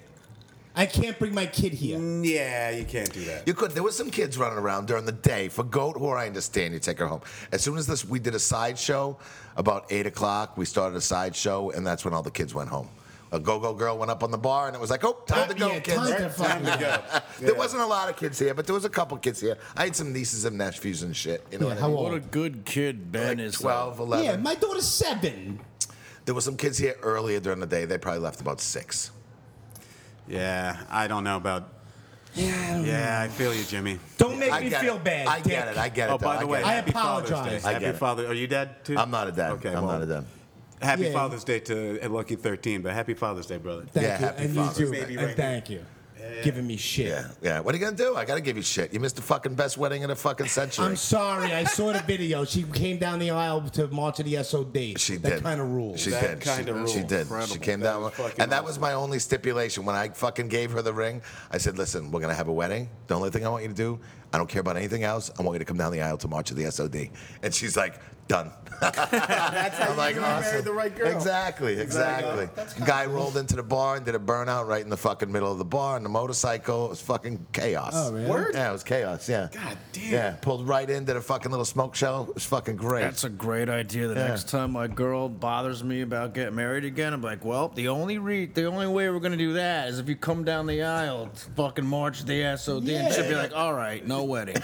I can't bring my kid here. Yeah, you can't do that. You could. There was some kids running around during the day for goat whore. I understand you take her home. As soon as this, we did a sideshow about eight o'clock. We started a sideshow, and that's when all the kids went home. A go-go girl went up on the bar, and it was like, "Oh, time to go, Yeah, kids!" time to fucking go. There wasn't a lot of kids here, but there was a couple kids here. I had some nieces and nephews and shit. You know Yeah, what I how mean? old? What a good kid Ben Like is. 12, Yeah, 11. my daughter's seven. there were some kids here earlier during the day. They probably left about six. Yeah, I don't know about. Yeah, yeah, I feel you, Jimmy. Don't make I me get feel it. bad. I get it. dick. I get it. oh, by though. the I way, get it. I happy apologize. Father's Day. I get Happy it. Father. Are you dad too? I'm not a dad. Okay, I'm well, not a dad. Happy Yeah. Father's Day to at Lucky 13, but happy Father's Day, brother. Thank Yeah, you. happy and Father's you too. Day. And thank you. Giving me shit. Yeah, yeah. What are you gonna do? I gotta give you shit. You missed the fucking best wedding in a fucking century. I'm sorry. I saw the video. She came down the aisle to march of the SOD. She that did. kind of rules. She did. That kinda she, rule. she did. She Incredible. came That down, was fucking and that was awesome. my only stipulation when I fucking gave her the ring. I said, "Listen, we're gonna have a wedding. The only thing I want you to do, I don't care about anything else. I want you to come down the aisle to march of the SOD." And she's like, "Done." I'm like, awesome. the right girl. Exactly, exactly. Guy rolled into the bar and did a burnout right in the fucking middle of the bar on the motorcycle. It was fucking chaos. Oh, really? Word? Yeah, it was chaos. Yeah. God damn. Yeah, pulled right into the fucking little smoke show. It was fucking great. That's a great idea. The Yeah. next time my girl bothers me about getting married again, I'm like, well, the only re- the only way we're gonna do that is if you come down the aisle, to fucking march the SOD, and she'll be like, all right, no wedding. it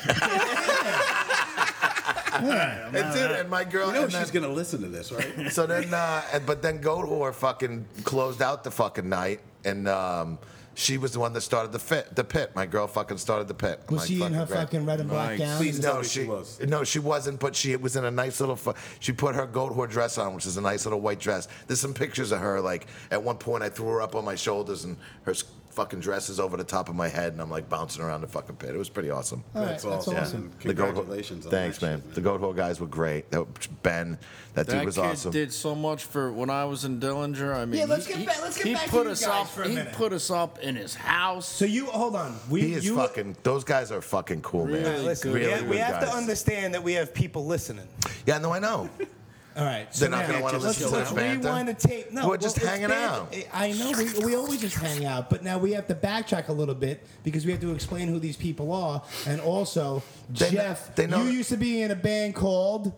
did, and my girl. You know and she's then- gonna listen to this, right? So then, uh, and- but then Goat Whore fucking closed out the fucking night, and um, she was the one that started the fit, the pit. My girl fucking started the pit. I'm Was like, she in her great. fucking red and black Nice. gown? Please. tell No, me she she was. no, she wasn't. But she was in a nice little. Fu- she put her goat whore dress on, which is a nice little white dress. There's some pictures of her. Like at one point, I threw her up on my shoulders, and her s- fucking dress is over the top of my head, and I'm like bouncing around the fucking pit. It was pretty awesome. All right, that's Yeah. awesome. The Goat Whore- Oh. Congratulations on Thanks, that man. shit, The Goat Whore guys were great. That, Ben, that, dude that was kid awesome. did so much for when I was in Dillinger. I mean, Yeah, let's he, get back- let's get he back to put you us guys up. for a he minute. put us up in his house. So you hold on. We He is you, fucking. Those guys are fucking cool, man. Really Listen, good. we, Really have, we good have to guys. understand that we have people listening. Yeah, no, I know. All right. So They're not now- gonna wanna let's- listen to let's us banter. rewind the tape. No, We're well, just it's hanging banter. I know. We, we always just hang out, but now we have to backtrack a little bit because we have to explain who these people are, and also They kn- Jeff. they know- you used to be in a band called.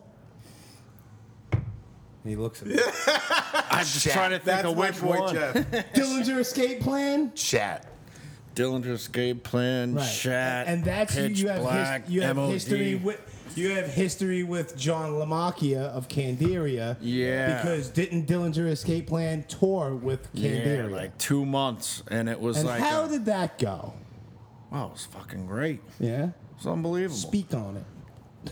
He looks at me. I'm just Shaq. trying to think That's of my which boy one. Jeff. Dillinger Escape Plan. Chat. Dillinger Escape Plan, Right. Shat, and that's who Pitch you have. his- Black, you have MOD. history with. You have history with John Lamacchia of Candiria. Yeah. Because didn't Dillinger Escape Plan tour with yeah, Candiria? like two months, and it was and like, how a- did that go? wow, it was fucking great. Yeah. It's unbelievable. Speak on it.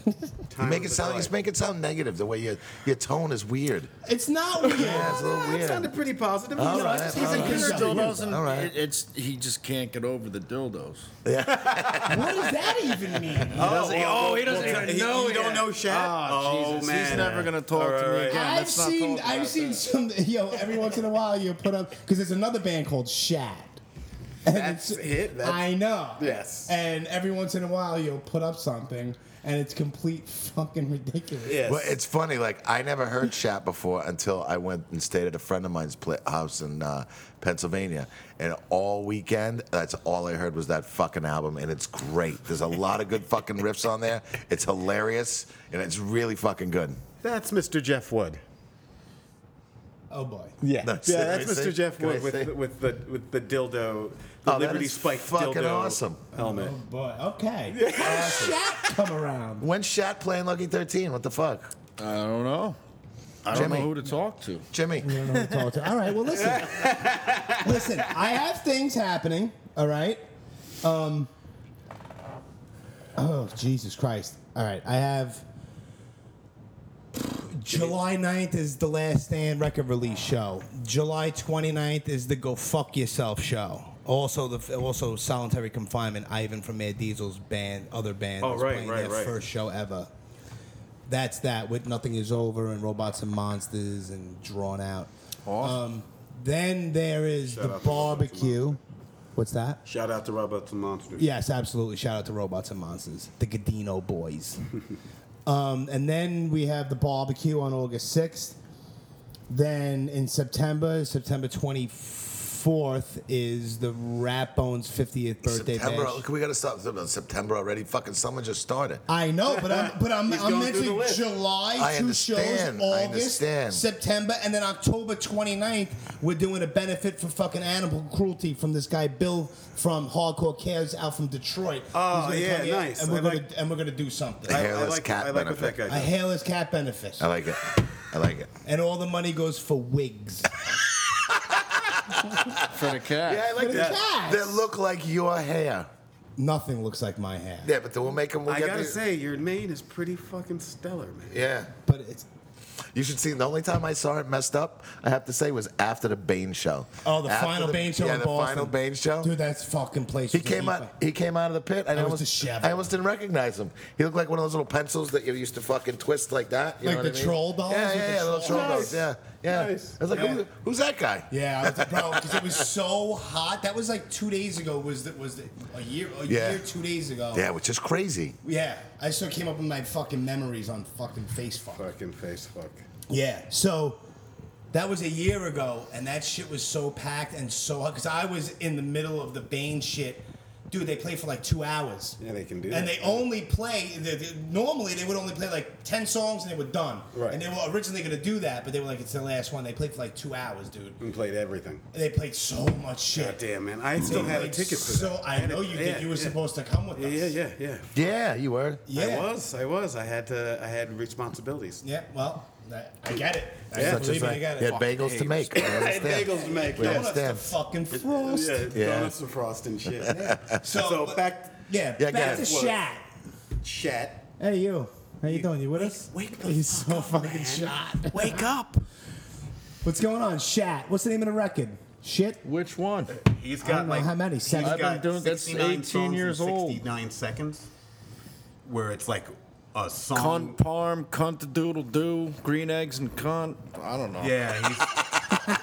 You Time make of it the sound. You life. just make it sound negative. The way your your tone is weird. It's not weird. Yeah, it's a little That sounded weird. pretty positive. All you know, I right, just- all he's a right. good He's guy. still- dildos, and All right. it- it's he just can't get over the dildos. what does that even mean? Oh, he- oh, he doesn't even he- know You don't yet. know Shaq? Oh, Jesus. He's never gonna talk to me again. I've let's not seen talk I've about seen that. some yo every once in a while you put up because there's another band called Shad. And That's it? That's- I know. Yes. And every once in a while you'll put up something and it's complete fucking ridiculous. Yes. Well, it's funny. Like I never heard Chat before until I went and stayed at a friend of mine's pla house in uh, Pennsylvania, and all weekend that's all I heard was that fucking album, and it's great. There's a lot of good fucking riffs on there. It's hilarious, and it's really fucking good. that's Mr. Jeff Wood. Oh boy. Yeah, That's yeah, it. that's Can I Mr. see? Jeff Can I Wood with, see? the- with the with the dildo, the Oh, that Liberty is Spike fucking dildo awesome. helmet. Oh boy. Okay. Uh, How does Shad come around? When's Shat playing Lucky Thirteen? What the fuck, I don't know. I don't Jimmy. know who to talk to. Jimmy? I don't know who to talk to. All right, well listen. listen, I have things happening, all right? Um Oh, Jesus Christ. All right, I have July 9th is the Last Stand record release show. July 29th is the Go Fuck Yourself show. Also, the also solitary confinement. Ivan from Mad Diesel's band, other band, Oh, is right, playing right, their right. first show ever. That's that with nothing is over and robots and monsters and drawn out. Awesome. Um, then there is Shout the out to Robots and barbecue. What's that? Shout out to Robots and Monsters. Yes, absolutely. Shout out to Robots and Monsters, the Godino boys. um, and then we have the barbecue on August 6th. Then in September, September 24th, is the Rat Bones 50th birthday September. bash. Look, we gotta stop September already. Fucking summer just started. I know, but I'm but I'm, I'm going through the mentioning list. July I two shows, understand, I August, understand. September, and then October 29th. We're doing a benefit for fucking animal cruelty from this guy Bill from Hardcore Cares out from Detroit. Oh, He's gonna yeah, come here, nice. And we're I gonna like- and we're gonna do something. I, I Hairless like, cat I like what that benefit. guy A does. hairless cat benefit, I like it. I like it. and all the money goes for wigs. For the cat. Yeah, I like For the that. cats. That look like your hair. Nothing looks like my hair, Yeah, but then we'll make them. We'll I get gotta the- say, your mane is pretty fucking stellar, man. Yeah. but it's You should see. The only time I saw it messed up, I have to say, was after the Bane show. oh the After final Bane show Yeah, in the Boston. final Bane show. dude. That's fucking place. he was came E gonna eat out. He came out of the pit. and I, was almost, disheveled. I almost didn't recognize him. He looked like one of those little pencils that you used to fucking twist like that. You Like know the what I mean? troll dolls Yeah, with yeah, the yeah, little troll- troll Nice. dolls. Yeah, yeah. Nice. I was like, Yeah. who- who's that guy? Yeah, I was, bro, because it was so hot. That was like two days ago. Was that was the, a year? A Yeah. year, two days ago. Yeah, which is crazy. Yeah, I still came up with my fucking memories on fucking Facebook. Fucking face fuck. Yeah, so that was a year ago, and that shit was so packed and so hot because I was in the middle of the Bane shit. Dude, they play for like two hours. Yeah, they can do And that. they only play. They, they- normally, they would only play like ten songs, and they were done. Right. And they were originally gonna do that, but they were like, "It's the last one." They played for like two hours, dude. And played everything. And they played so much shit. God damn, man. I still had a ticket for So that. I had a- know you yeah, did. You were yeah. supposed to come with Yeah, us. yeah, yeah, yeah. Yeah, you were. Yeah. I was. I was. I had to. I had responsibilities. Yeah, well, that, I get it. I Yeah. Such believe as me, I, I you had get it. bagels to make. I I had understand. bagels to make. We yeah. Donuts to understand. fucking frost. Yeah, Yeah. donuts and frost and shit. Yeah. So- So, back, Yeah, Yeah, I back get to it. Shaq. chat. Hey, you. How you doing? You with us? Wake the He's so fuck up, fucking man. shot. Wake up. What's going on, Shat? What's the name of the record? Shit. Which one? He's I don't know how many, seven- he's I've been got doing- that's 69 18 songs in years old. 69 seconds, where it's like a song. Cunt parm, cunt the doodle do, green eggs and cunt. I don't know. yeah, he's,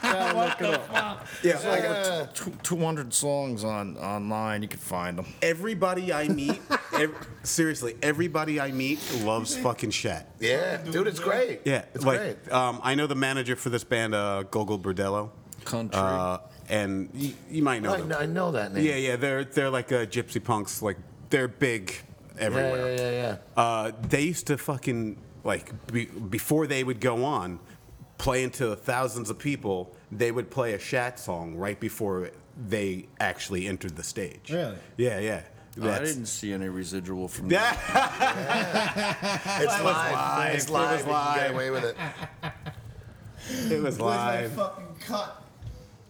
Yeah, look it up. Yeah, I got t- tw- 200 songs on online. You can find them. everybody I meet, ev- seriously, everybody I meet loves fucking Shat. Yeah, dude, it's great. Yeah, it's great. like um, I know the manager for this band, uh, Gogol Bordello. Country. uh, and you, you might know I, them. kn- I know that name. Yeah, yeah, they're they're like uh, gypsy punks. Like they're big yeah, everywhere. yeah, yeah, yeah. Uh, they used to fucking like be, before they would go on playing to thousands of people. They would play a Shat song right before they actually entered the stage. Really? Yeah, yeah. Oh, I That's- didn't see any residual from that. Yeah. It's live. live. It's It was live. You can get live. away with it. it was live. fucking cut?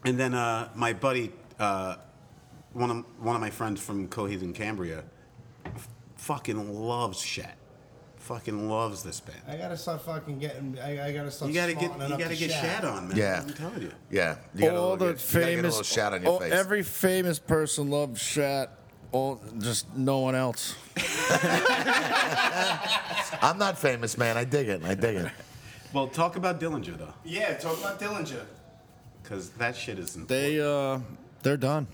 And then uh, my buddy, uh, one of one of my friends from Coheed and Cambria, f- fucking loves Shat. Fucking loves this I band. gotta start fucking getting. I, I gotta start. You gotta get smartening you up gotta the get Shad. Shat on, man. Yeah. I'm telling you. Yeah. You gotta all look the good. You gotta get a famous, little shot on your all- face. every famous person loves Shat. All just no one else. I'm not famous, man. I dig it. I dig it. Well, talk about Dillinger though, Yeah, talk about Dillinger. because that shit isn't. They uh, they're done.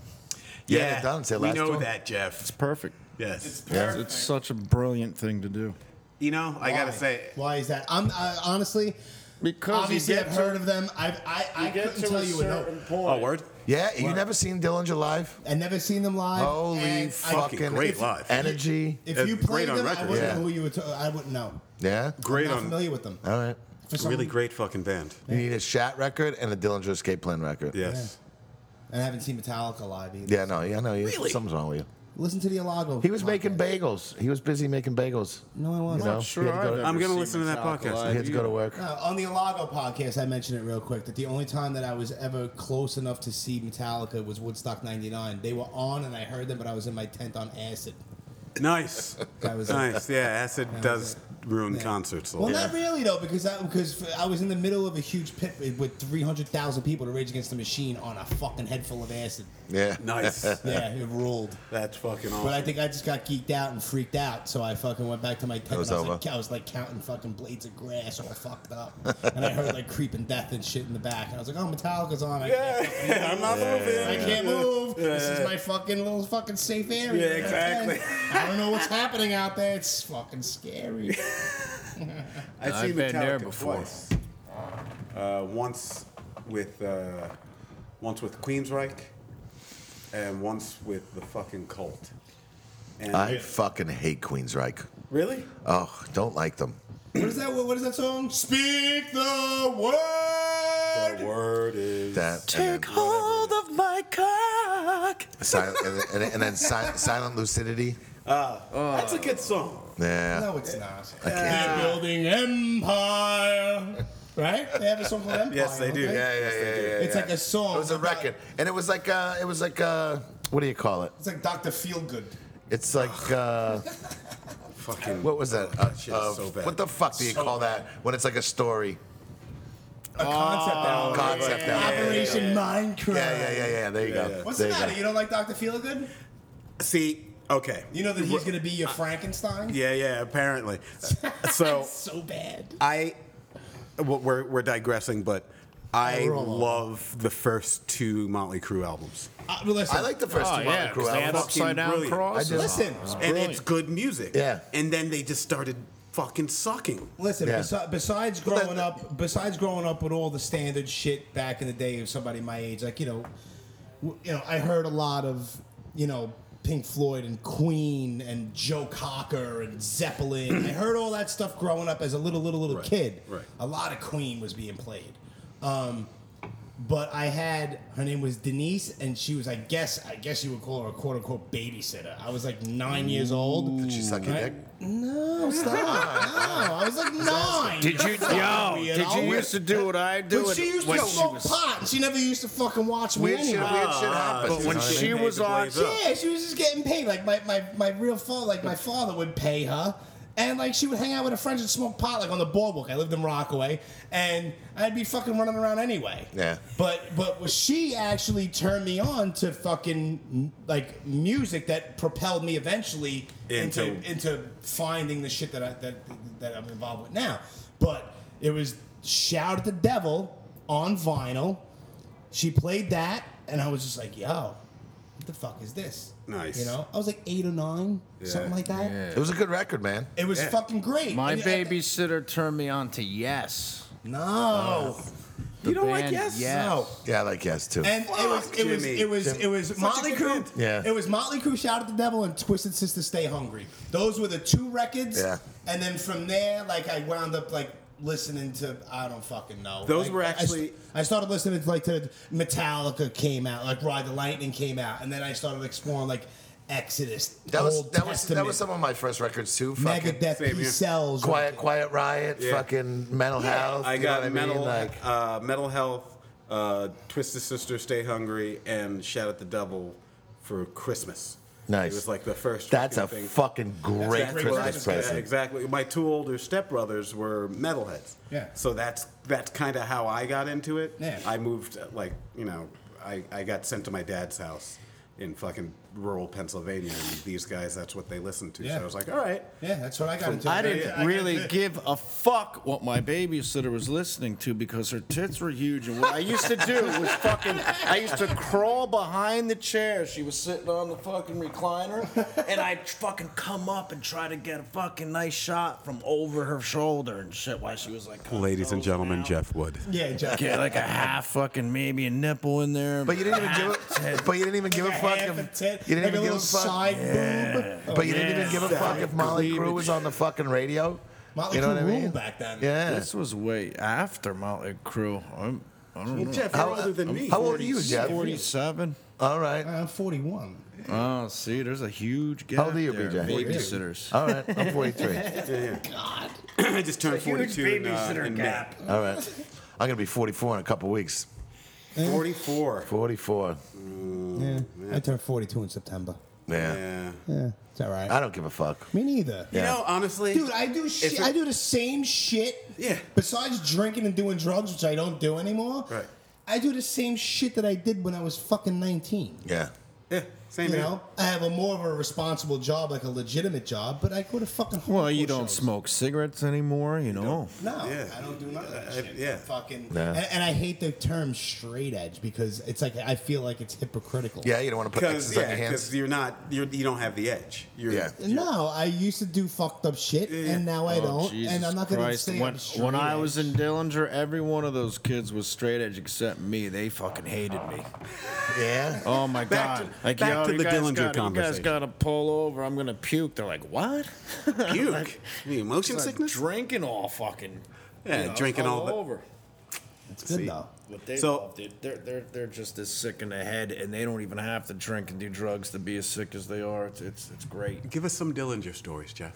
Yeah, they're done. It's their we last know tour. that, Jeff. It's perfect. Yes. It's, it's such a brilliant thing to do. you know, I gotta Why? say, why is that? I'm I, honestly, Because you obviously get I've to- heard of them. I've, I I couldn't tell you enough. point. oh word. Yeah, you never seen Dillinger live? I never seen them live. Holy and I- fucking great if- live. energy. If It's you great played on them, I record. wouldn't Yeah. know who you were. ta- I wouldn't know. Yeah. Great I'm not on familiar with them. All right. For some- really great fucking band. You need a Shat record and a Dillinger Escape Plan record. Yes. And I haven't seen Metallica live either. Yeah, no, yeah, no. You, Something's wrong with you. Listen to the Alago. He was making podcast. bagels. He was busy making bagels. No, I wasn't. You know, Sure, he, had to go I've to, I'm never gonna seen listen to that Metallica podcast. live he had to go to either. work. No, Uh, on the Alago podcast, I mentioned it real quick that the only time that I was ever close enough to see Metallica was Woodstock '99. They were on, and I heard them, but I was in my tent on acid. Nice. That was it. nice. Yeah, acid does it. ruin Yeah. concerts. A Well, lot. not really though, because I because I was in the middle of a huge pit with three hundred thousand people to Rage Against the Machine on a fucking head full of acid. Yeah. Nice. Yeah, it ruled. That's fucking awesome. But I think I just got geeked out and freaked out, so I fucking went back to my tent. was and I, was over. Like, I was like counting fucking blades of grass, all fucked up, and I heard like creeping death and shit in the back, and I was like, "Oh, Metallica's on! I, Yeah, I'm not moving. I can't move. This is my fucking little fucking safe area. Yeah, exactly. I don't know what's happening out there. It's fucking scary." I've, I've seen been Metallica there before. twice. Uh, once with uh, once with Queensryche, and once with the fucking Cult. And I fucking hate Queensryche. really? Oh, don't like them. what is that? What is that song? Speak the word. The word is That and then, hold of my cock. silent, and then, and then- and then si- silent lucidity. That's a good song. Yeah. No, it's not. can't They're building empire. Right? They have a song called Empire. Yes, they do. don't Yeah, yeah, yeah, yeah, yeah. It's like a song It was a about- record, and it was like uh, it was like uh, what do you call it? It's like Dr. Feelgood. It's like uh, Fucking what was that? Uh, shit is uh, so bad. What the fuck do you call that when it's like a story? Oh, A concept album. concept Yeah. album. Operation Minecraft. Yeah, yeah, yeah, yeah. There you go. What's there the you matter? go. You don't like Dr. Feelgood? see? Okay. You know that he's going to be your Frankenstein? Yeah, yeah. Apparently, so So bad. I well, we're we're digressing, but I Yeah, we're all- love the first two Motley Crue albums. Uh, well, listen, I like the first Oh two yeah, Motley 'cause Crue they had albums. upside down brilliant. crosses. I just- Listen, and brilliant. it's good music. Yeah. And then they just started fucking sucking. Listen, Yeah. besi- besides that- growing up, besides growing up with all the standard shit back in the day of somebody my age, like you know, w- you know, I heard a lot of you know Pink Floyd and Queen and Joe Cocker and Zeppelin. I heard all that stuff growing up as a little little little Right, kid. right. A lot of Queen was being played. Um, but I had her name was Denise, and she was I guess I guess you would call her a quote unquote babysitter. I was like nine years old. Did she suck your dick? No, stop. no, I was like nine. Did you, yo, weird. did I'll- you used to do what I do? But and- she used when to she smoke was- pot. and She never used to fucking watch me Weird shit, anyway. weird shit happens. but you Ah, when know what I she mean? was on- Yeah, she was just getting paid. Like my, my, my real father, like my father would pay her. And like she would hang out with her friends and smoke pot like on the boardwalk. I lived in Rockaway, and I'd be fucking running around anyway. Yeah. But but she actually turned me on to fucking like music that propelled me eventually into into, Into- finding the shit that I that that I'm involved with now. But it was shout at the devil on vinyl. She played that, and I was just like, yo, what the fuck is this? Nice. You know, I was like eight or nine, something like that. It was a good record, man. It was fucking great. My And- babysitter turned me on to Yes. No. The band No. Yeah, I like Yes too. And it was it was Jimmy. it was it was Motley Crue. Yeah. It was Motley Crue, Shout at the Devil, and Twisted Sister, Stay Hungry. Those were the two records. Yeah. And then from there, like I wound up like listening to I don't fucking know. Those Like, were I- I st- actually- I, started listening to like to Metallica came out, like Ride the Lightning came out, and then I started exploring like Exodus. that was Old that was that Testament, was some of my first records too. Fucking Megadeth, Same P here. Cells, Quiet, Quiet Riot, Yeah. fucking Mental Health. I you know got what I mean? mental, Like, uh, mental health, uh, Twisted Sister, Stay Hungry, and Shout at the Devil for Christmas. Nice. It was like the first. that's a fucking thing. fucking great That's what Christmas I- yeah, present. exactly. My two older stepbrothers were metalheads. Yeah. So that's that's kind of how I got into it. Yeah. I moved uh, like you know I, I got sent to my dad's house in fucking rural Pennsylvania, and these guys that's what they listened to. So Yeah. I was like, all right. Yeah, that's what I got into. got I didn't really into- give a fuck what my babysitter was listening to because her tits were huge. And what I used to do was fucking, I used to crawl behind the chair she was sitting on the fucking recliner, and I'd fucking come up and try to get a fucking nice shot from over her shoulder and shit while she was like, kinda dozing out. Wood. Yeah, Jeff. Get like a half fucking maybe a nipple in there. But you didn't even give a. But you didn't even give a fuck. Half a If, tit, you like didn't even give little a fuck. side boob. But you didn't even give a Yeah. fuck if Molly Crew was on the fucking radio. Motley You know Crue what I mean? ruled back then. Yeah. this was way after Motley Crue. I'm, I don't know. Jeff, How- you're older than me. How old are you, Jeff? 47. All right. I'm 41. Oh, see, there's a huge gap. old are you, there. BJ? Babysitters. All right. I'm 43. I just turned 42 in, uh, in May. All right. I'm gonna be 44 in a couple weeks. 44. 44. Yeah. I turned 42 in September. Yeah. Yeah. Yeah. It's all right. I don't give a fuck. Me neither. You know, honestly, Dude, I do shit. it- I do the same shit. Yeah. Besides drinking and doing drugs, which I don't do anymore. Right. I do the same shit that I did when I was fucking 19. Yeah. yeah, same You here. know, I have a more of a responsible job, like a legitimate job, but I go to fucking. Well, you hardcore don't shows. smoke cigarettes anymore, you know. No, Yeah. I don't do none of that Uh, shit. yeah. I'm fucking. Yeah. And, and I hate the term straight edge because it's like I feel like it's hypocritical. Yeah. You don't want to put Because X's on yeah, your 'cause hands. you're not you're, you don't have the edge. You're, Yeah. No, I used to do fucked up shit, and now I don't, and I'm not gonna say Oh, when, I'm straight when I was edge. in Dillinger, every one of those kids was straight edge except me. They fucking hated me. Yeah. Oh my Back to- god! like back yo, to you the guys Dillinger gotta, You guys conversation. gotta pull over. I'm gonna puke. They're like, what? puke. The emotion It's like sickness. drinking all fucking. yeah, you know, drinking all the. over. it's good See. though. But they So- love, dude. They're, they're, they're just as sick in the head, and they don't even have to drink and do drugs to be as sick as they are. It's, it's, it's great. Give us some Dillinger stories, Jeff.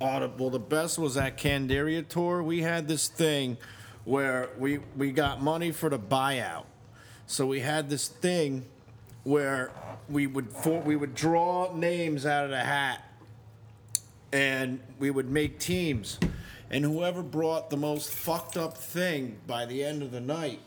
Oh, the- well, the best was that Candaria tour. We had this thing where we we got money for the buyout, so we had this thing where we would for, we would draw names out of the hat, and we would make teams, and whoever brought the most fucked up thing by the end of the night,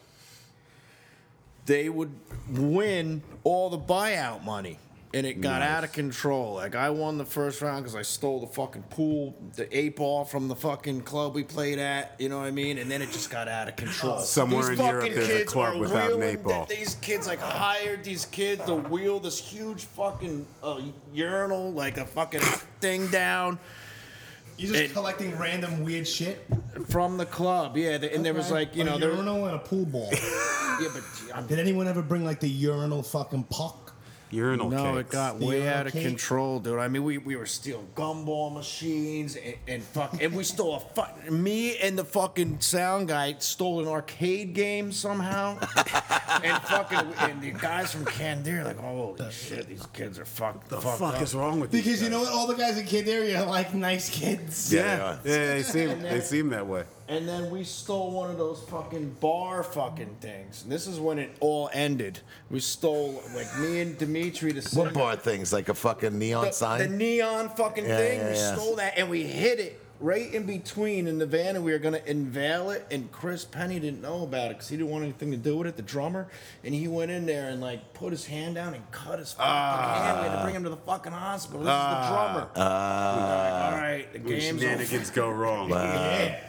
they would win all the buyout money. And it got out of control. Like I won the first round because I stole the fucking pool, the eight ball from the fucking club we played at. You know what I mean? And then it just got out of control. Somewhere in Europe, fucking there's a kids club are without an wheeling eight ball. th- These kids like hired these kids to wheel this huge fucking uh, urinal, like a fucking thing down. You just It- collecting random weird shit. from the club, yeah. The, and there was Okay. like you a know there was urinal and a pool ball. yeah, but I'm, Did anyone ever bring like the urinal fucking puck? Urinal no, cakes. it got The way urinal out of cake? control, dude. I mean, we, we were stealing gumball machines and, and fuck, and we stole a fuck. Me and the fucking sound guy stole an arcade game somehow, and fucking and the guys from Candir like, holy shit, these kids are fucked. The fuck is wrong with Because these you know guys? what, all the guys in kid area are like nice kids. Yeah, yeah, they seem they seem that way. And then we stole one of those fucking bar fucking things. And this is when it all ended. We stole like me and Dimitri the singer- What bar things like a fucking neon the, sign? the neon fucking Yeah, thing. yeah, we yeah. stole that and we hid it right in between in the van, and we were gonna unveil it. And Chris Penny didn't know about it because he didn't want anything to do with it. The drummer, and he went in there and like put his hand down and cut his fucking Ah. hand. We had to bring him to the fucking hospital. Uh-huh. This is the drummer. We were like, all right, the When game's over. shenanigans go wrong. Yeah.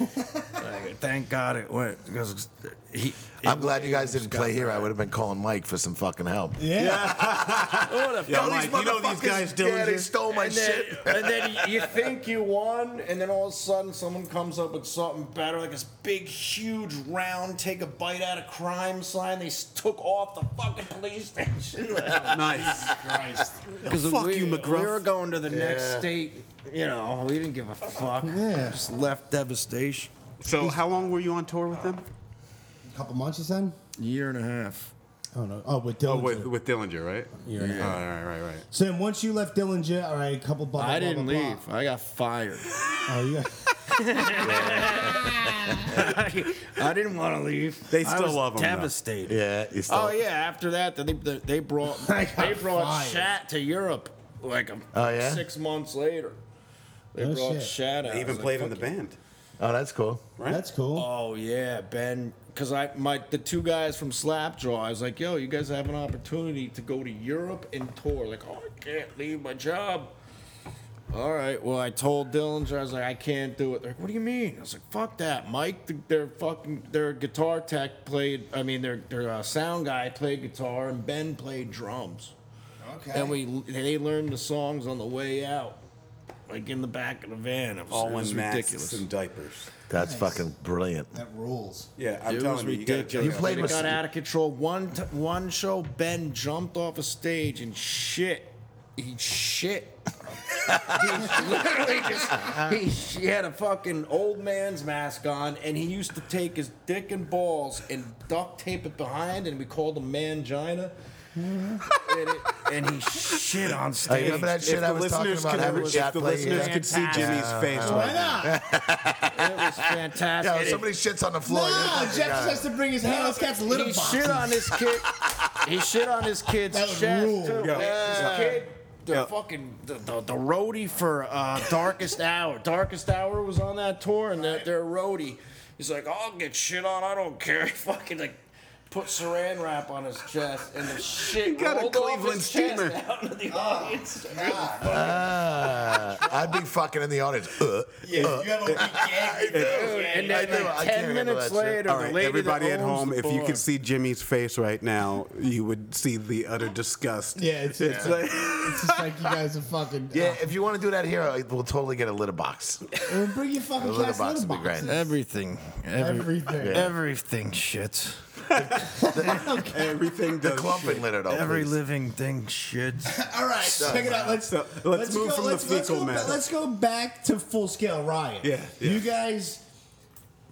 Like, Thank God it went because he. I'm glad you guys didn't play here. I would have been calling Mike for some fucking help. Yeah. Yeah, Mike, you know these motherfuckers- guys, Yeah, they Dillinger. stole my and then, shit. and then you think you won, and then all of a sudden someone comes up with something better, like this big, huge, round, take a bite out of crime sign. They s- took off the fucking police station. Nice. Because Fuck we, you, McGruff. We were going to the next Yeah. state. You know, we didn't give a fuck. Yeah. Just left devastation. So, how long were you on tour with them? A couple months, you said? Year and a half. Oh, no. Oh, with Dillinger. Oh, with, with Dillinger, right? Yeah. All right, right, right. so then once you left Dillinger, all right, a couple blah, blah, I blah, didn't blah, blah. leave. I got fired. Oh, yeah. I didn't want to leave. They I still was love 'em, though. Devastated. Yeah, you stole. Oh yeah. After that, they they they brought I they got brought fired. Shat to Europe like a, Oh, yeah? six months later. They No brought shit. Shat out. They I even was played like, in the band, Oh, that's cool. right? That's cool. Oh yeah, Ben. Because I my the two guys from Slapjaw, I was like, yo, you guys have an opportunity to go to Europe and tour. Like, oh, I can't leave my job. All right. Well, I told Dillinger, I was like, I can't do it. They're like, what do you mean? I was like, fuck that. Mike, th- their fucking their guitar tech played. I mean, their their uh, sound guy played guitar and Ben played drums. Okay. And we they learned the songs on the way out, like in the back of the van. It was, it All was in ridiculous. masks and diapers. That's fucking brilliant. that rules. Yeah, I'm It was telling you, you, gotta check ridiculous. You it out. played it with- got out of control. One t- one show, Ben jumped off a stage and shit. He shit. he literally just he, he had a fucking old man's mask on, and he used to take his dick and balls and duct tape it behind, and we called him mangina. and, it, and he shit on Hey, stage. remember that If shit the I was talking listeners about could- having if Shat the play listeners here? could see Jimmy's face. Why not? It was fantastic. Yeah, if somebody shits on the floor. you're No, fucking Ah, Jeff guy. has to bring his hand. This cat's he litter box. shit on his kid. he shit on his kid's That would chest rule. too. Yeah. His Yeah. kid, the Yeah. fucking the, the, the roadie for uh, Darkest Hour. Darkest Hour was on that tour, and that their roadie, he's like, "I'll get shit on. I don't care." fucking like. Put saran wrap on his chest and the shit got a rolled off his Cleveland chest steamer. out into the audience. Ah, I'd be fucking in the audience. Uh, uh. Dude, and I then know, I can't like ten handle minutes that shit. later, All the right, lady that everybody at owns home, the if you bar- could see Jimmy's face right now, you would see the utter disgust. Yeah, it's, it's, like, it's just like you guys are fucking. Yeah, if you want to do that here, I- we'll totally get a litter box. Uh, bring your fucking The litter cat's box litter would be box. great. everything, every- Everything. everything shits. Everything does. Clumping litter, though. Oh, please. living thing shits. All right, check it out. Let's So, let's move from the fecal go, ba- matter. Let's go back to full scale riot. Yeah, yeah. You guys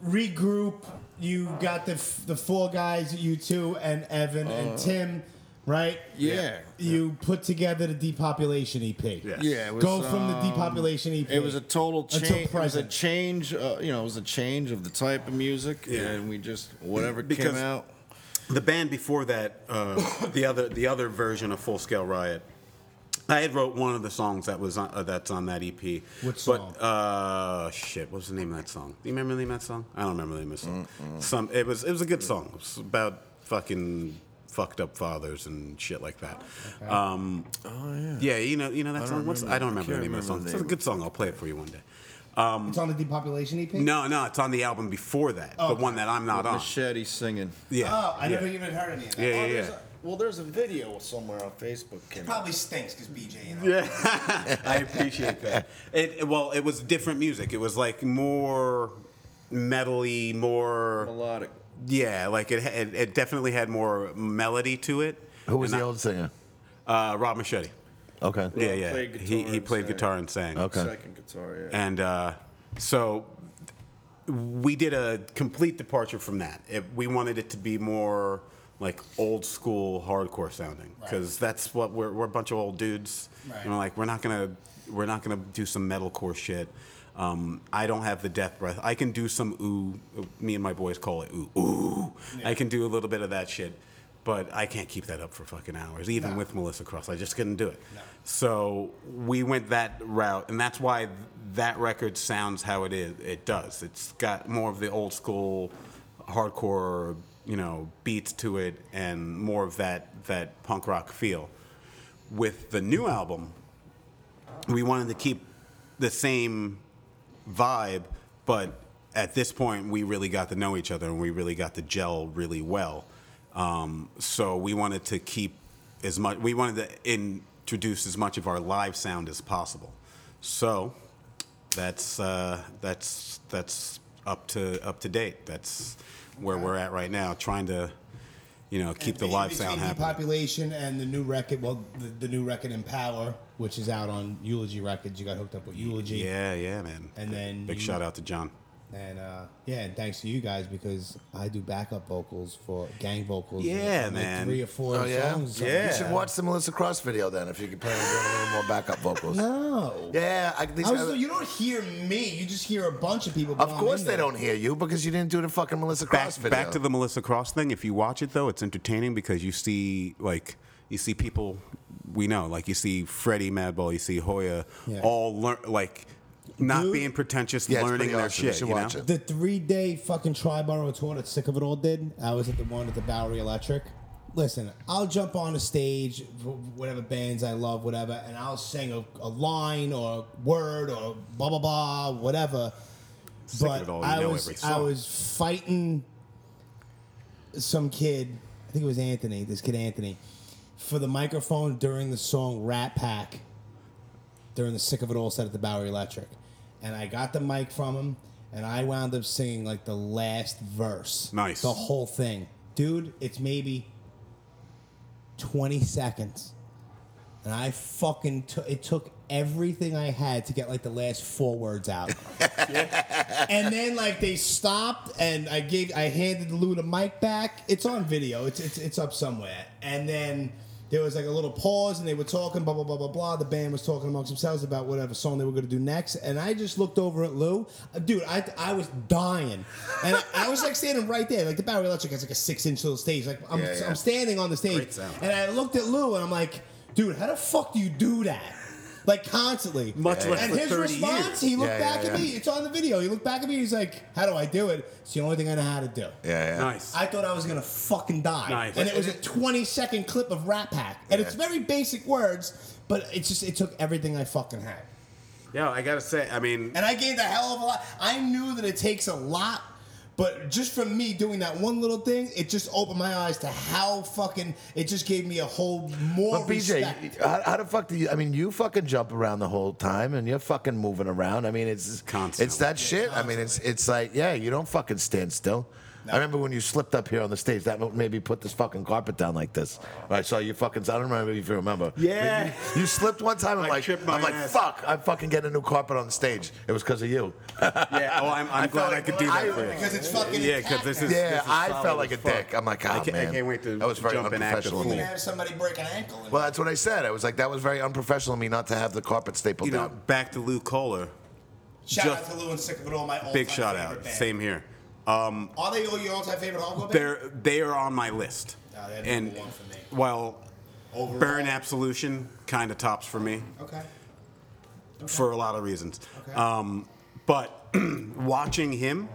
regroup. You got the f- the four guys, you two and Evan Uh-huh. and Tim, right? Yeah. You put together the depopulation EP. Yeah. Yeah. It was, Go from the um, depopulation EP. It was a total Until change. It was a present. change. Uh, you know, it was a change of the type of music, Yeah. and we just whatever Because- came out. The band before that, uh, the other the other version of Full Scale Riot, I had wrote one of the songs that was on, uh, that's on that EP. What song? But uh, shit, what was the name of that song? Do you remember the name of that song? I don't remember the name of the song. Some it was it was a good song. It was about fucking fucked up fathers and shit like that. Um, oh yeah. Yeah, you know you know that song. What's I don't remember the name of the song. It's a good song. I'll play it for you one day. It's on the depopulation EP. No, no, it's on the album before that, the one that I'm not on. Machete singing. Yeah. Oh, I yeah. never even heard any of that. Yeah, yeah, Oh, yeah. there's a- well, there's a video somewhere on Facebook. Kim. Probably stinks because BJ. You know. Yeah, I appreciate that. It well, it was different music. It was like more metally, more melodic. yeah, like it it, it definitely had more melody to it. Who was And the I- old singer? Uh, Rob Machete. Okay. Yeah, yeah. played he guitar he and played sang. guitar and sang. Okay. Second guitar. Yeah. And uh, so we did a complete departure from that. It, we wanted it to be more like old school hardcore sounding because that's what we're, we're a bunch of old dudes. Right. And we're like, we're not gonna we're not gonna do some metalcore shit. Um, I don't have the death breath. I can do some ooh. Me and my boys call it ooh ooh. I can do a little bit of that shit, but I can't keep that up for fucking hours, even No. with Melissa Cross. I just couldn't do it. So we went that route, and that's why th- that record sounds how it is. It does. It's got more of the old school, hardcore, you know, beats to it, and more of that that punk rock feel. With the new album, we wanted to keep the same vibe, but at this point, we really got to know each other and we really got to gel really well. Um, so we wanted to keep as much, we wanted to introduce as much of our live sound as possible. So that's uh, that's that's up to up to date. That's where we're at right now, trying to you know keep the Between- live between sound the happening. Population and the new record, well, the, the new record in Power, which is out on Eulogy Records. You got hooked up with Eulogy. Yeah, yeah, man. And then big you- shout out to John. And uh, yeah, and thanks to you guys because I do backup vocals for gang vocals. Yeah, on, like, man. Three or four Oh yeah, songs. You Yeah. should watch the Melissa Cross video then if you could play on doing a little more backup vocals. No. Yeah, I, Oh, these I was, other- you don't hear me. You just hear a bunch of people. but of I'm course in they there. don't hear you because you didn't do the fucking Melissa Cross Back, video. back to the Melissa Cross thing. If you watch it though, it's entertaining because you see like you see people we know, like you see Freddie Madball, you see Hoya, Yeah. all learn like not Dude. being pretentious, Yeah, it's learning pretty their awesome. You shit. should You, watch know? it. The three day fucking tri borough tour that Sick of It All did, I was at the one at the Bowery Electric. Listen, I'll jump on a stage, wh- whatever bands I love, whatever, and I'll sing a, a line or a word or blah, blah, blah, whatever. Sick of but It All, you I, know was, every I song. was fighting some kid, I think it was Anthony, this kid Anthony, for the microphone during the song Rat Pack during the Sick of It All set at the Bowery Electric. And I got the mic from him, and I wound up singing like the last verse. Nice. The whole thing. Dude, it's maybe 20 seconds. And I fucking took, it took everything I had to get like the last four words out. and then like they stopped and I gave I handed Lou the mic back. It's on video. It's it's it's up somewhere. And then there was like a little pause and they were talking blah blah blah blah blah. The band was talking amongst themselves about whatever song they were going to do next. And I just looked over at Lou, Uh, dude. I I was dying, and I, I was like standing right there, like the Bowery Electric has like a six inch little stage. Like I'm Yeah, yeah. I'm standing on the stage, Great sound. and I looked at Lou and I'm like, dude, how the fuck do you do that? Like constantly, Much less and for his 30 response, years. he looked Yeah, back yeah, at yeah. me. It's on the video. He looked back at me. He's like, "How do I do it? It's the only thing I know how to do." yeah, yeah. Nice. I thought I was gonna fucking die. Nice. And it was a 20 second clip of Rat Pack, and it's Yeah. very basic words, but it's just it took everything I fucking had, yeah, I gotta say, I mean, and I gained a hell of a lot. I knew that it takes a lot. But just from me doing that one little thing, it just opened my eyes to how fucking. It just gave me a whole more But BJ, respect. how, how the fuck do you? I mean, you fucking jump around the whole time, and you're fucking moving around. I mean, it's It's Constantly. that shit. I mean, it's it's like yeah, you don't fucking stand still. I remember when you slipped up here on the stage. That maybe put this fucking carpet down like this. I saw you fucking. I don't remember if you remember. Yeah. But You, you slipped one time. I'm I like, tripped my I'm like, ass. fuck. I'm fucking getting a new carpet on the stage. It was because of you. yeah. Oh, I'm, I'm glad felt I could do that I- for you. because it's fucking. Yeah, because this is Yeah, this is I solid felt like as a fuck. dick. I'm like, oh, I can't, man. I can't wait to That was very jump and act a unprofessional of You me. can fool. have somebody break an ankle. and- Well, that's what I said. I was like, that was very unprofessional of me not to have the carpet stapled You know, down. back to Lou Kohler. Shout Just- out to Lou and Sick of It All, my all-time Big shout favorite out. band. Same here. Are they all your all-time favorite hardcore band? They're they are on my list. No, they're number and one for me. well, Overall? Burn Absolution kind of tops for me okay. for a lot of reasons. Okay. Um, but watching him,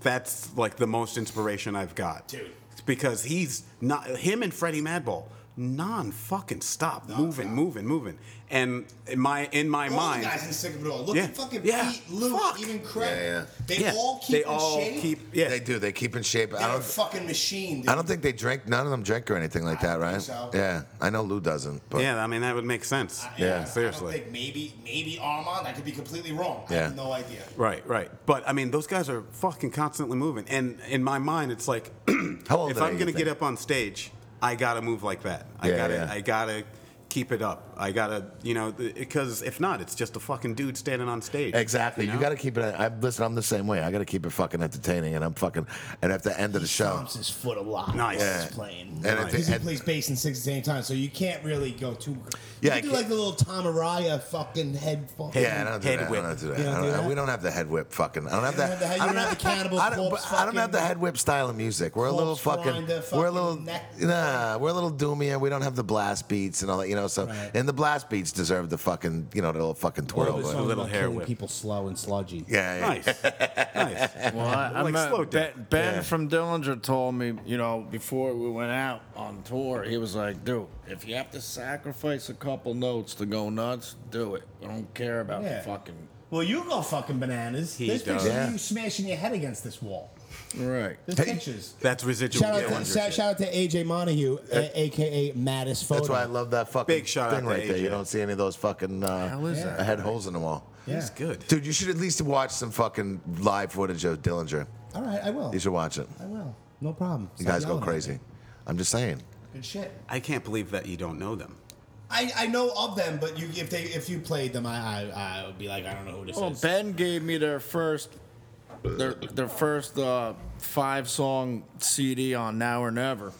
that's like the most inspiration I've got. Dude. It's because he's not him and Freddie Madball non fucking stop moving, moving, moving. And in my in my All mind, the guys in Sick of It All. Look Yeah. at fucking Yeah. Pete, Lou, Fuck. even Craig. Yeah, yeah. They yeah, all keep they in all shape. keep yeah. They do. They keep in shape. I They're a don't. fucking machine, dude. I don't think they drink. None of them drink or anything like I that, don't right? think so. Yeah, I know Lou doesn't, but yeah, I mean that would make sense. Yeah. I don't seriously. think maybe, maybe Armand. I could be completely wrong. I Yeah. have no idea. Right, right. But I mean, those guys are fucking constantly moving. And in my mind, it's like, How old if are I'm you gonna get think? up on stage, I gotta move like that. I Yeah, gotta, yeah. I gotta keep it up. I gotta, you know, because if not, it's just a fucking dude standing on stage. exactly. You, know? got to keep it. I listen. I'm the same way. I got to keep it fucking entertaining, and I'm fucking. And at the end of the show, Stomps his foot a lot. Nice. while Yeah. He's playing. And at the Because he end- plays bass and six at the same time, so you can't really go too. Yeah, You I can do can't- like the little Tom Araya fucking head. Fucking yeah, I don't do Head that. whip. I don't do that. You don't I do don't- that? We don't have the head whip. Fucking. I don't have You don't that. have the head- I you don't don't have the cannibal I don't, corpse but I don't have the fucking- head whip style of music. We're a Corpse little fucking. grinder, we're a fucking little. neck- Nah, we're a little doomier. We don't have the blast beats and all that. You know. So Right. and the blast beats deserve the fucking. You know, the little fucking All of twirl. his but- songs little about hair killing whip. People slow and sludgy. Yeah. yeah. Nice, nice. Well, I, I Like, met slow down. Ben, ben Yeah. from Dillinger told me, you know, before we went out on tour, he was like, dude, if you have to sacrifice a couple notes to go nuts, do it. I don't care about Yeah. the fucking Well, you go fucking bananas. He There's does. pictures Yeah. of you smashing your head against this wall. Right. There's Hey. pictures. That's residual. Shout out, to, damage. shout, shout out to AJ Montague, a, aka Mattis Photo. That's why I love that fucking Big shout out thing to right there. You AJ. don't see any of those fucking uh, Hell is that? head holes in the wall. Yeah. That's good. Dude, you should at least watch some fucking live footage of Dillinger. All right, I will. You should watch it. I will. No problem. You Stop guys go yelling at me. crazy. I'm just saying. Good shit. I can't believe that you don't know them. I, I know of them, but you if they if you played them, I I, I would be like I don't know who this Well, is. Oh, Ben gave me their first, their their first uh, five song CD on Now or Never,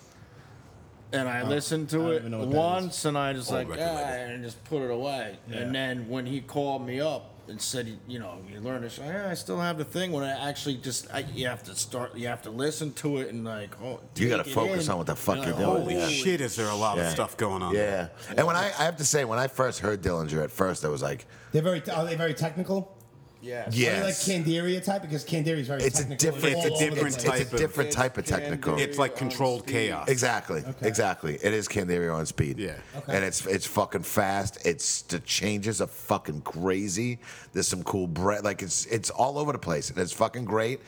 and I listened Oh, I to don't it even know what that is. once, and I just Old like record ah, label. and just put it away. Yeah. And then when he called me up and said, you know, you learned this, I, I still have the thing. When I actually just, I, you have to start, you have to listen to it, and like, oh, You gotta take it focus in. on what the fuck And you're like, doing. Holy Oh, yeah. shit, is there a lot of Yeah. stuff going on? there. Yeah. And when I, I have to say, when I first heard Dillinger at first, I was like, They're very are they very technical? Yeah. Are they like yes. Candiria type because Candiria is very It's a technical. different, all it's a over the place. different, it's a type of- different type of technical. It's like controlled chaos. Exactly. Okay. Exactly. It is Candelaria on speed. Yeah. Okay. And it's it's fucking fast. It's the changes are fucking crazy. There's some cool bread. Like it's it's all over the place and it's fucking great.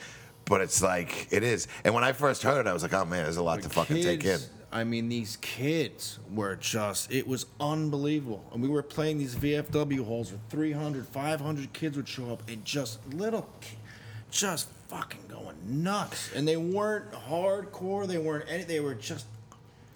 But it's like it is. And when I first heard it, I was like, oh man, there's a lot to fucking take in. kids, I mean, these kids were just, it was unbelievable. And we were playing these VFW holes where 300, 500 kids would show up and just little, ki- just fucking going nuts. And they weren't hardcore, they weren't any, they were just,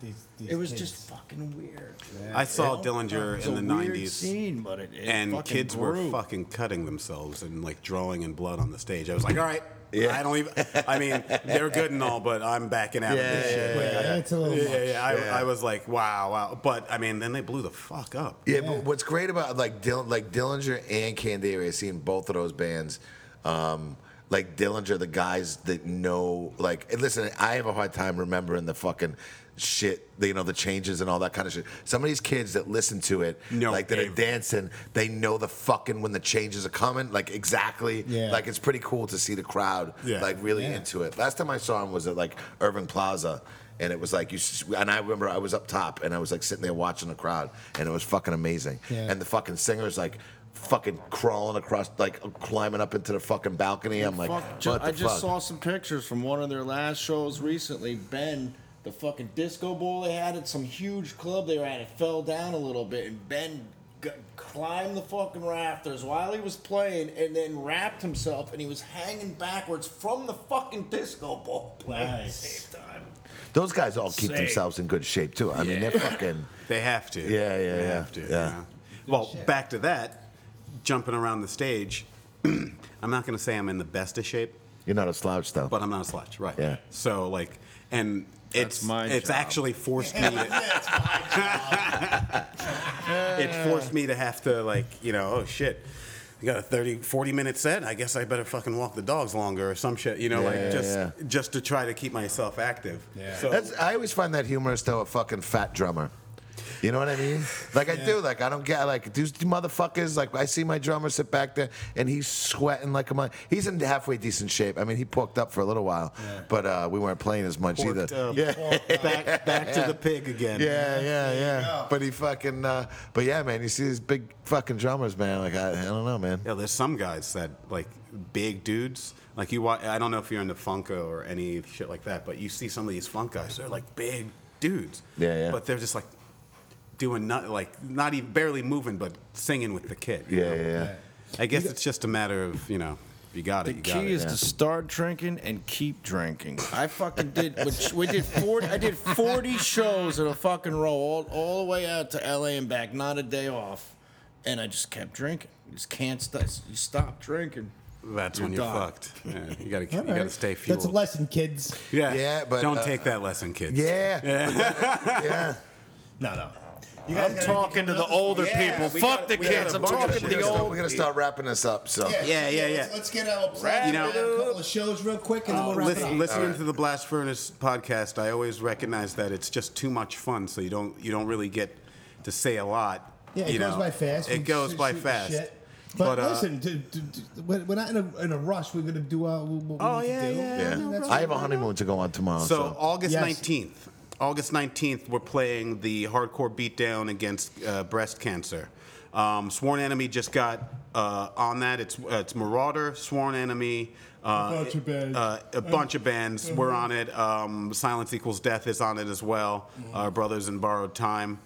These- these it was kids. just fucking weird. I saw It Dillinger was in a the weird 90s. Scene, but it, it and fucking kids grew. were fucking cutting themselves and like drawing and blood on the stage. I was like, all right, yeah. I don't even. I mean, they're good and all, but I'm backing out of this shit. yeah, yeah. It's a little yeah, much. yeah, I, I was like, wow, wow. But I mean, then they blew the fuck up. Yeah, but what's great about like Dill, like Dillinger and Candelaria, seeing both of those bands, um, like Dillinger, the guys that know, like, and listen, I have a hard time remembering the fucking shit, the- you know, the changes and all that kind of shit. Some of these kids that listen to it, No, like that are Dave. dancing, they know the fucking when the changes are coming, like exactly. Yeah. Like it's pretty cool to see the crowd Yeah. like really Yeah. into it. Last time I saw him was at like Irving Plaza, and it was like you. s- And I remember I was up top, and I was like sitting there watching the crowd, and it was fucking amazing. Yeah. And the fucking singers like fucking crawling across, like climbing up into the fucking balcony. I'm like, Fuck, ju- what the I just fuck? saw some pictures from one of their last shows recently. Ben, the fucking disco ball they had at some huge club they were at, it fell down a little bit, and Ben g- climbed the fucking rafters while he was playing, and then wrapped himself, and he was hanging backwards from the fucking disco ball. Playing at the Nice. same time. Those guys all keep Sick. themselves in good shape too. I mean, they're fucking. They have to. Yeah, yeah, they yeah, Have to. yeah. Well, back to that, jumping around the stage. I'm not going to say I'm in the best of shape, You're not a slouch though. but I'm not a slouch, right? Yeah. So like, and That's it's my it's job. actually forced me. To, it forced me to have to like, you know, oh shit. I got a 30, 40 minute set. I guess I better fucking walk the dogs longer or some shit, you know, Yeah, like just yeah. just to try to keep myself active. Yeah. So, That's, I always find that humorous though. A fucking fat drummer. You know what I mean? Like I do. Like I don't get. Like these motherfuckers. Like I see my drummer sit back there and he's sweating like a mon- He's in halfway decent shape. I mean, he porked up for a little while, but uh, we weren't playing as much Porked either. up. Yeah. uh, back back to Yeah. the pig again. Yeah, yeah, yeah. But he fucking, uh, but yeah, man. You see these big fucking drummers, man. Like I, I don't know, man. Yeah, there's some guys that like big dudes. Like you, wa I don't know if you're into Funko or any shit like that, but you see some of these funk guys. They're like big dudes. Yeah, yeah. But they're just like doing not like not even barely moving, but singing with the kit. you Yeah, know? yeah, yeah. I guess it's just a matter of you know, if you got it, The you got key it. is to start drinking and keep drinking. I fucking did. which- We did forty. I did forty shows in a fucking row, all, all the way out to L.A. and back, not a day off. And I just kept drinking. Just can't stop. You stop drinking. That's when you're You're done. fucked. Yeah, you gotta All you gotta right. stay fueled. That's a lesson, kids. yeah, Yeah, but, don't uh, take that lesson, kids. Yeah, yeah. No, no. You I'm talking to the older people. Fuck the kids. I'm talking to We're the gonna, start, we're old. gonna start wrapping this up. So Yeah, yeah, yeah. Let's, let's get our Wrap you know, it a up. couple of shows real quick, and then we'll wrap Listen- it up. Uh, listening to the Blast Furnace podcast, I always recognize that it's just too much fun, so you don't you don't really get to say a lot. Yeah, it you goes know. by fast. It We goes shoot- by shoot the fast. shit. But, uh, listen, d- d- d- we're we're not in a, in a rush. We're gonna do our. What we Oh, need yeah, to do. yeah, Yeah. And that's I have a honeymoon to go on tomorrow. so August Yes. nineteenth, August 19th, we're playing the hardcore beatdown against uh, breast cancer. Um, Sworn Enemy just got uh, on that. It's uh, it's Marauder, Sworn Enemy, uh, A bunch of bands. Uh-huh. uh, a bunch of bands. We're on it. Um, Silence Equals Death is on it as well. Mm-hmm. Our Brothers in Borrowed Time.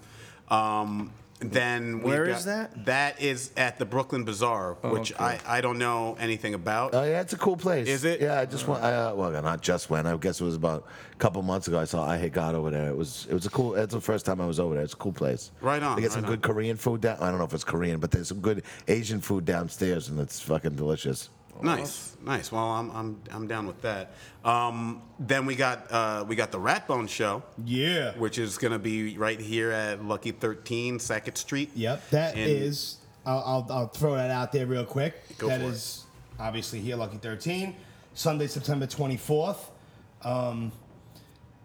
Um, then we've Where got- is that? Oh, That is at the Brooklyn Bazaar, which I, I don't know anything about. Oh yeah, it's a cool place. Is it? Yeah, I just went. I, uh, well, not just went. I guess it was about a couple months ago. I saw I Hate God over there. It was it was a cool. That's the first time I was over there. It's a cool place. Right on, They get right some on. good Korean food down. I don't know if it's Korean, but there's some good Asian food downstairs, and it's fucking delicious. Nice, nice. Well, I'm, I'm, I'm down with that. Um, then we got uh, we got the Ratbone show, Yeah. which is gonna be right here at Lucky 13 Sackett Street. Yep, that In- is- I'll, I'll, I'll throw that out there real quick. Go That for it. is obviously here, Lucky 13, Sunday, September 24th. Um,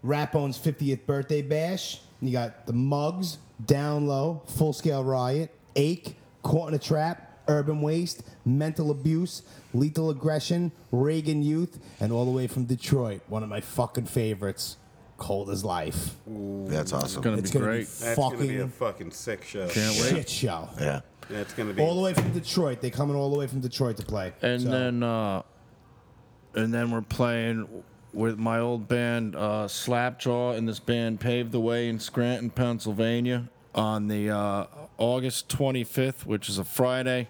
Ratbone's 50th birthday bash. You got the Mugs, Down Low, Full Scale Riot, Ache, Caught in a Trap, Urban Waste, Mental Abuse, Lethal Aggression, Reagan Youth, and all the way from Detroit, one of my fucking favorites, Cold as Life. That's awesome. gonna It's be gonna be great. That's gonna be fucking a fucking sick show. Can't wait. shit show. yeah. That's gonna be All the way from Detroit. They're coming all the way from Detroit to play. and So, then uh, and then we're playing with my old band uh, Slapjaw and this band paved the way in Scranton, Pennsylvania on the uh, August 25th, which is a Friday.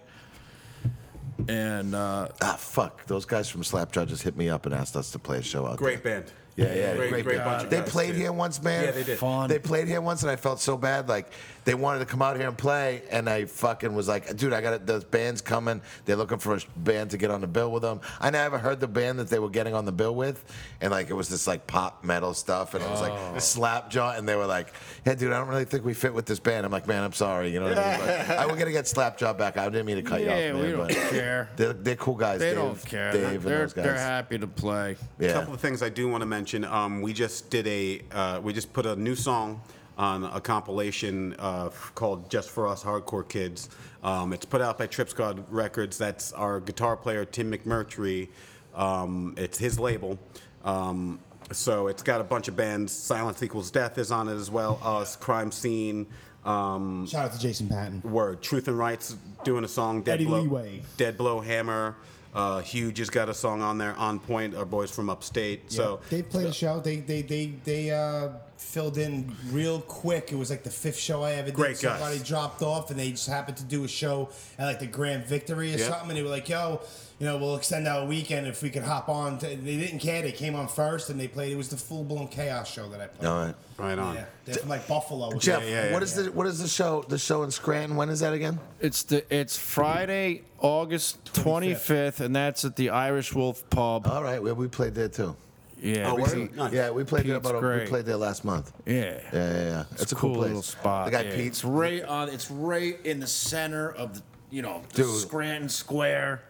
And uh, Ah, fuck. Those guys from Slapjaw just hit me up and asked us to play a show out great there. band. Yeah, yeah, great, great, bunch of They guys, played dude. here once, man. Yeah, they did. Fun. They played here once, and I felt so bad. Like they wanted to come out here and play, and I fucking was like, "Dude, I got the band's coming. They're looking for a band to get on the bill with them." I never heard the band that they were getting on the bill with, and like it was this like pop metal stuff, and it was like Oh. Slapjaw, and they were like, "Yeah, dude, I don't really think we fit with this band." I'm like, "Man, I'm sorry, you know what I mean?" Like, I we're gonna get Slapjaw back. I didn't mean to cut you yeah, off, man. we don't but care. They're, they're cool guys. They Dave, don't care. Dave and they're those guys. they're happy to play. A Yeah. couple of things I do want to mention. Um, we just did a, uh, we just put a new song on a compilation uh, f- called "Just for Us Hardcore Kids." Um, it's put out by Trip Squad Records. That's our guitar player Tim McMurtry. Um, it's his label. Um, so it's got a bunch of bands. Silence Equals Death is on it as well. Us, Crime Scene. Um, shout out to Jason Patton. Word. Truth and Rights doing a song. Dead Eddie Blow. Leeway. Dead Blow Hammer. Uh, Huge has got a song on there. On Point. Our boys from upstate. So they played a show. They they they they uh, filled in real quick. It was like the fifth show I ever did. Great guys. Somebody dropped off, and they just happened to do a show at like the Grand Victory or Yeah. something. And they were like, "Yo, you know, we'll extend our weekend if we could hop on." To, they didn't care. They came on first, and they played. It was the full blown chaos show that I played. All right. right on. Yeah, they're from like Buffalo. or Jeff, something. what is the what is the show? The show in Scranton. When is that again? It's the it's Friday, August 25th, and that's at the Irish Wolf Pub. All right, well, we played there too. yeah, Oh, we- word? Nice. Yeah, we played there Pete's about a, we great. played there last month. Yeah, yeah. yeah, yeah. It's, a cool, place. little spot. The guy yeah. Pete. It's right on. It's right in the center of the you know the Dude. Scranton Square.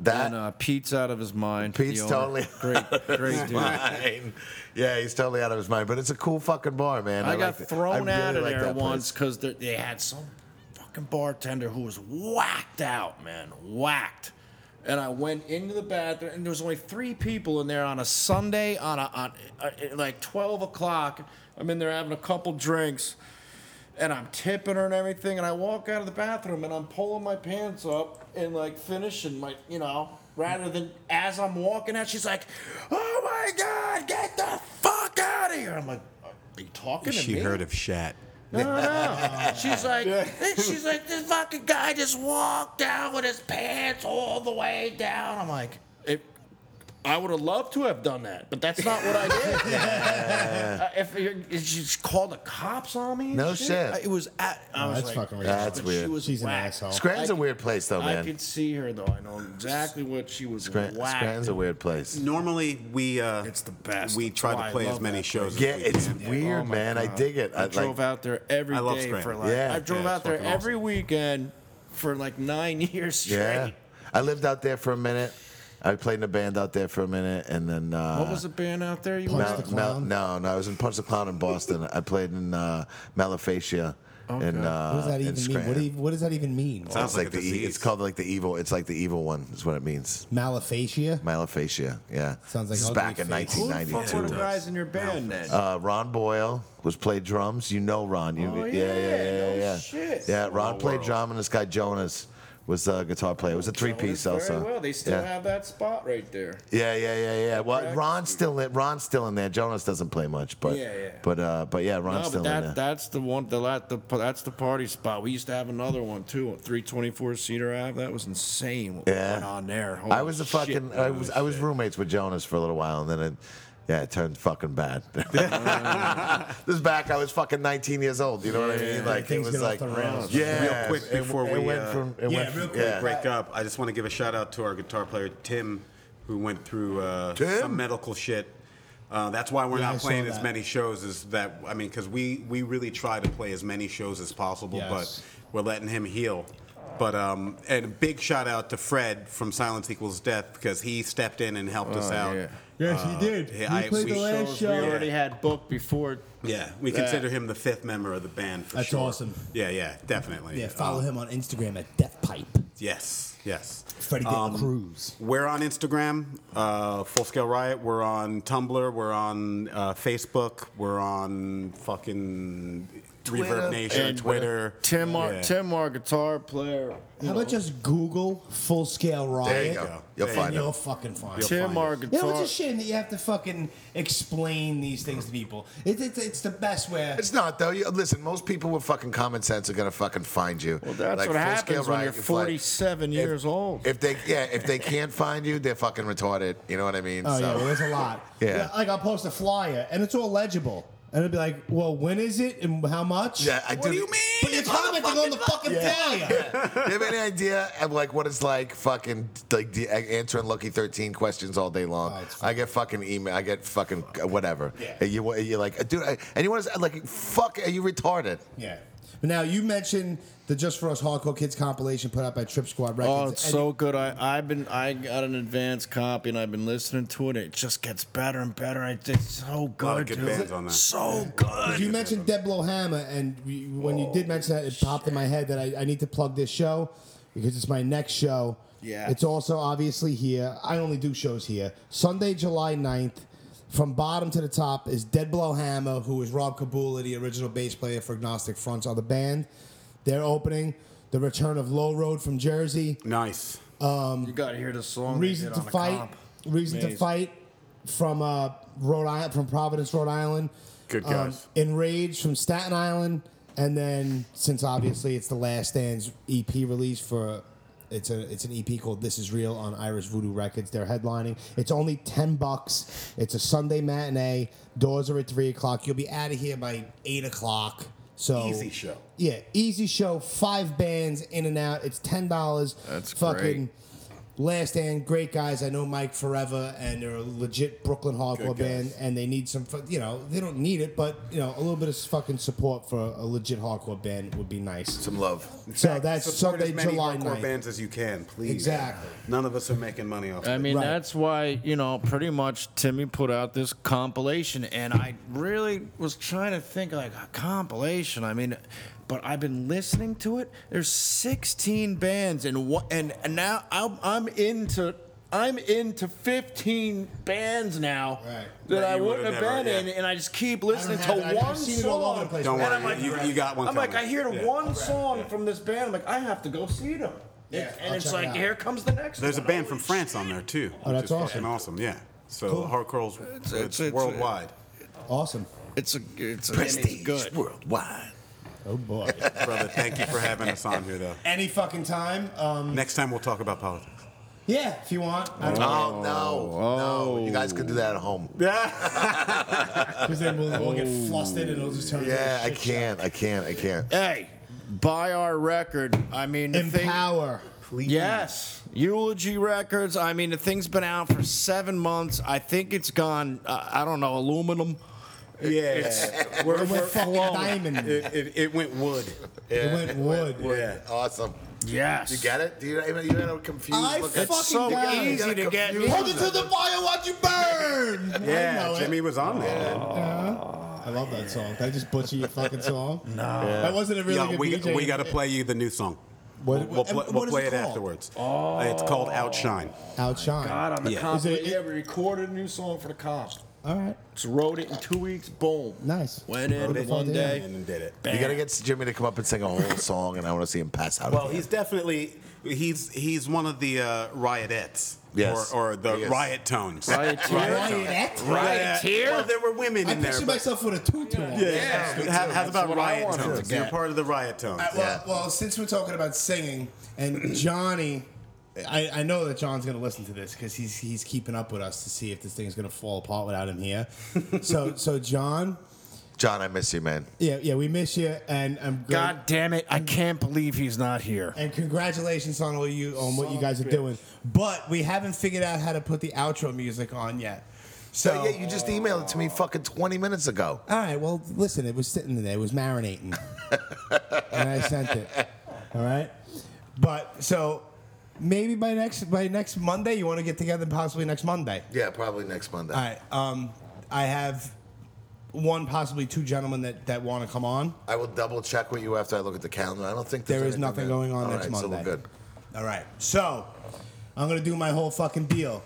That And uh, Pete's out of his mind. Pete's the owner. totally great, great dude. Fine. Yeah, he's totally out of his mind, but it's a cool fucking bar, man. I, got liked it. thrown really out of liked there that place. once because they had some fucking bartender who was whacked out, man, whacked. And I went into the bathroom, and there was only three people in there on a Sunday on a on uh, uh, like twelve o'clock. I'm in there having a couple drinks, and I'm tipping her and everything. And I walk out of the bathroom, and I'm pulling my pants up and like finishing my, you know, rather than as I'm walking out, she's like, "Oh my god, get the fuck out of here!" I'm like, "Are you talking to She me?" heard of Shat. No, no. she's like, she's like, this fucking guy just walked down with his pants all the way down. I'm like, if I would have loved to have done that, but that's not what I did. Uh, if, you're, if she called the cops on me, and No shit. I- It was at. I was that's like, fucking ridiculous. That's but weird. She was She's an whacked. asshole. Scranton's I a weird place, though, I man. could see her though. I know exactly what she was. Scran- whacked. Scranton's a weird place. Normally we uh, It's the best. We That's try why to I play as love many that shows. Yeah, as we it's can. weird, man. I dig it. I, Oh, I drove like, out there every I day love Scranton. for like Yeah. I drove Yeah, it's out there fucking awesome. every weekend for like nine years straight. yeah, I lived out there for a minute. I played in a band out there for a minute, and then uh, What was the band out there you Punch were? the Mal- Clown? Mal- no, no, I was in Punch the Clown in Boston. I played in uh, Malafacia And, uh, What does that even in mean? What, do Scranton. you, what does that even mean? Sounds it's like like, a the e- disease. it's called like the evil. It's like the evil one is what it means. Malafacia. Myelophagia. Yeah. Sounds like this is ugly back in face. Who Who the fuck were 1992. the guys in your band then? Uh, Ron Boyle was played drums. You know Ron. You, Oh, yeah, yeah, yeah. yeah, yeah, No yeah. shit. Yeah, Ron Small played world. drum, and this guy Jonas was a guitar player. It was a three piece Oh, Very also. well. They still yeah. have that spot right there. Yeah, yeah, yeah, yeah. Well, practice Ron's still in, Ron's still in there. Jonas doesn't play much, but Yeah, yeah. but uh, but yeah, Ron's No, still but in there. that, that's the one. The, la- the that's the party spot. We used to have another one too, three twenty four Cedar Ave. That was insane. What Yeah. went on there? I was a a fucking I was I was roommates with Jonas for a little while, and then it, yeah, it turned fucking bad. this is back, I was fucking 19 years old. You know what I mean? Like it things was get off like the rails. yeah. Real quick it- before it we, went uh, from it Yeah, went real from- quick. yeah. break up. I just want to give a shout out to our guitar player Tim, who went through uh, Tim? some medical shit. Uh, that's why we're Yeah, I not saw playing as that. many shows as that. I mean, because we we really try to play as many shows as possible, Yes. but we're letting him heal. But um, and a big shout out to Fred from Silence Equals Death because he stepped in and helped us Oh, out. Uh, yeah. Yes, he did. yeah, He I- played we the last shows We show. already had booked before. Yeah, we That- consider him the fifth member of the band for That's sure. awesome. Yeah, yeah, definitely. Yeah, follow Um, him on Instagram at Death Pipe. Yes, yes. Freddie De La Cruz. We're on Instagram, uh, Full Scale Riot. We're on Tumblr. We're on uh, Facebook. We're on fucking Twitter. Reverb Nation, And Twitter. Tim, our, Yeah. Tim, our guitar player. you How know, about just Google full scale riot? There you go. You'll There you And find you'll it. fucking find it. Tim, find our us. You guitar. know, it's a shame that you have to fucking explain these things to people. It, it's it's the best way. It's not though. You, listen, most people with fucking common sense are gonna fucking find you. well, that's Like, what full-scale happens when riot, you're it's like- 47 years old. If they yeah, if they can't find you, they're fucking retarded. You know what I mean? Oh, so, yeah, well, there's a lot. Yeah. Like, I'll post a flyer, and it's all legible. And it'll be like, well, when is it, and how much? Yeah, I What do you mean? But you're commenting on the fucking flyer. Do you have any idea of like what it's like fucking like the, answering lucky 13 questions all day long Oh, it's fine. i get fucking email i get fucking uh, whatever and you, you're like dude I, and you want to like fuck are you retarded Yeah. Now you mentioned the Just for Us Hardcore Kids compilation put out by Trip Squad Records. Oh, it's And so good. I, I've been I got an advanced copy and I've been listening to it. It just gets better and better. It's it's so good. lot of good dude. bands on that. So good. You mentioned Dead Blow Hammer, and we, when you did mention that, it popped in my head that I, I need to plug this show because it's my next show. Yeah. It's also obviously here. I only do shows here. Sunday, July 9th, from bottom to the top is Dead Blow Hammer, who is Rob Kabula, the original bass player for Agnostic Fronts on the band. They're opening. The return of Low Road from Jersey. Nice. You got to hear the song. they Reason did to on the fight. comp. Reason to Amazing. fight from uh, Rhode Island, from Providence, Rhode Island. Good Um, guys. Enraged from Staten Island, and then since obviously it's the Last Stand's EP release for. It's a it's an EP called This Is Real on Irish Voodoo Records. They're headlining. It's only ten bucks. It's a Sunday matinee. Doors are at three o'clock. You'll be out of here by eight o'clock. So Easy show. Yeah, easy show. Five bands in and out. It's ten dollars. That's fucking great. Last Stand, great guys. I know Mike forever, and they're a legit Brooklyn hardcore Good guys. band, and they need some, fu- you know, they don't need it, but, you know, a little bit of fucking support for a legit hardcore band would be nice. some love So that's Support Sunday, as many July hardcore 9th. bands as you can, please. Exactly. None of us are making money off. I it. mean, Right. that's why, you know, pretty much Timmy put out this compilation, and I really was trying to think like a compilation. I mean, but I've been listening to it. There's 16 bands, and what, and, and now I'm, I'm into. I'm into 15 bands now Right. that, That I you wouldn't would've have never- been in, yeah. and I just keep listening to have it. I've- I've one seen it song. all over the place. don't And worry, I'm like, you, you got one. I'm like, I coming. hear Yeah. one song from this band. I'm like, I have to go see them. Yeah, and I'll it's check it like, out. here comes the next. There's a one. band Holy from France on there too. Oh, which that's is fucking awesome. awesome. Yeah. So hardcore's it's, it's- it's- worldwide. Awesome. It's a it's a prestige good. worldwide Oh, boy. Brother, thank you for having us on here though. Any fucking time. Um, Next time we'll talk about politics. yeah, if you want. I don't know. oh, no no you guys can do that at home Because then we'll, we'll get flustered and it'll just turn into a yeah i shit show. can't i can't i can't Hey, buy our record. I mean, the Empower. Thing, yes, Eulogy Records. I mean, the thing's been out for seven months. I think it's gone. Uh, I don't know, aluminum. Yeah. we're, It went fucking flowing. diamond. It, it, it, it went wood. went wood. Yeah. awesome Yes, you get it do you even you're not confused I look fucking at It's so got it. easy to get. Hold Hold it to the fire, watch you burn. I know Yeah, it. Jimmy was on there. I love that song. Did I just butcher your fucking song? no. That wasn't a really Yo, good we, DJ. we got to play you the new song. What- we'll we'll, and pl- what we'll is play it it, called? afterwards. It's called Outshine. Outshine. God, on the Yeah. comp. Is it- yeah, we recorded a new song for the comp. All right. Just wrote it in two weeks. Boom. Nice. Went in Wrote it one all day. down. And then did it. You gotta get Jimmy to come up and sing a whole song, and I want to see him pass out. Well, Oh, he's definitely he's he's one of the uh, riotettes. Yes. Or, or the Yes. riot tones. Riot. Rioteer? Well, there were women I in there. picture but- myself with a tutu. on. yeah. How- How's about what I riot wanted to tones? You're get. part of the riot tones. I- well, well, since we're talking about singing and Johnny, I, I know that John's going to listen to this because he's he's keeping up with us to see if this thing's going to fall apart without him here. so so John, John, I miss you, man. yeah yeah, we miss you and I'm glad- God damn it! I can't believe he's not here. and congratulations on all you on what you guys are doing. But we haven't figured out how to put the outro music on yet. So So yeah, you just emailed it to me fucking 20 minutes ago. all right, well listen, it was sitting there, it was marinating, and I sent it. All right, but so maybe by next by next Monday you want to get together, possibly next Monday. Yeah, probably next Monday. All right, um, I have one possibly two gentlemen that that want to come on. I will double check with you after I look at the calendar. I don't think there's There is anything nothing going on All next right, so we're Monday. good. All right. So I'm going to do my whole fucking deal.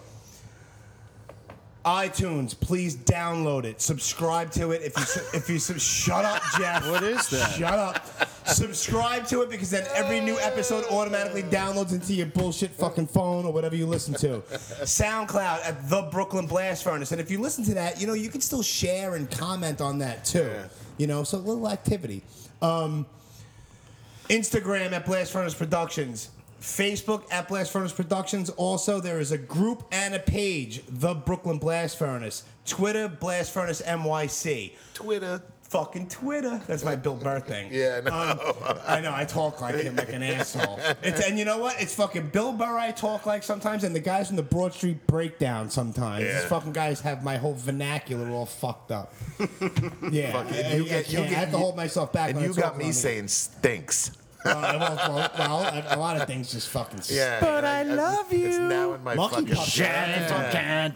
iTunes, please download it. Subscribe to it. If you su- if you su- shut up, Jeff. What is that? Shut up. subscribe to it because then every new episode automatically downloads into your bullshit fucking phone or whatever you listen to. SoundCloud at the Brooklyn Blast Furnace, and if you listen to that, you know you can still share and comment on that too. You know, so a little activity. Um, Instagram at Blast Furnace Productions. Facebook at Blast Furnace Productions. Also, there is a group and a page, The Brooklyn Blast Furnace. Twitter, Blast Furnace NYC. Twitter. Fucking Twitter. That's my Bill Burr thing. Yeah, no. Um, I know. I talk like him, like an asshole. It's, and you know what? It's fucking Bill Burr I talk like sometimes, and the guys from the Broad Street Breakdown sometimes. These Yeah. fucking guys have my whole vernacular all fucked up. Yeah. I, I can't. I have to you- hold myself back. And when I you talk got me on these. saying stinks. Uh, well, well, well, a- a lot of things just fucking. suck. Yeah. But I, love you. It's now in my Monkey fucking puppets. Shout out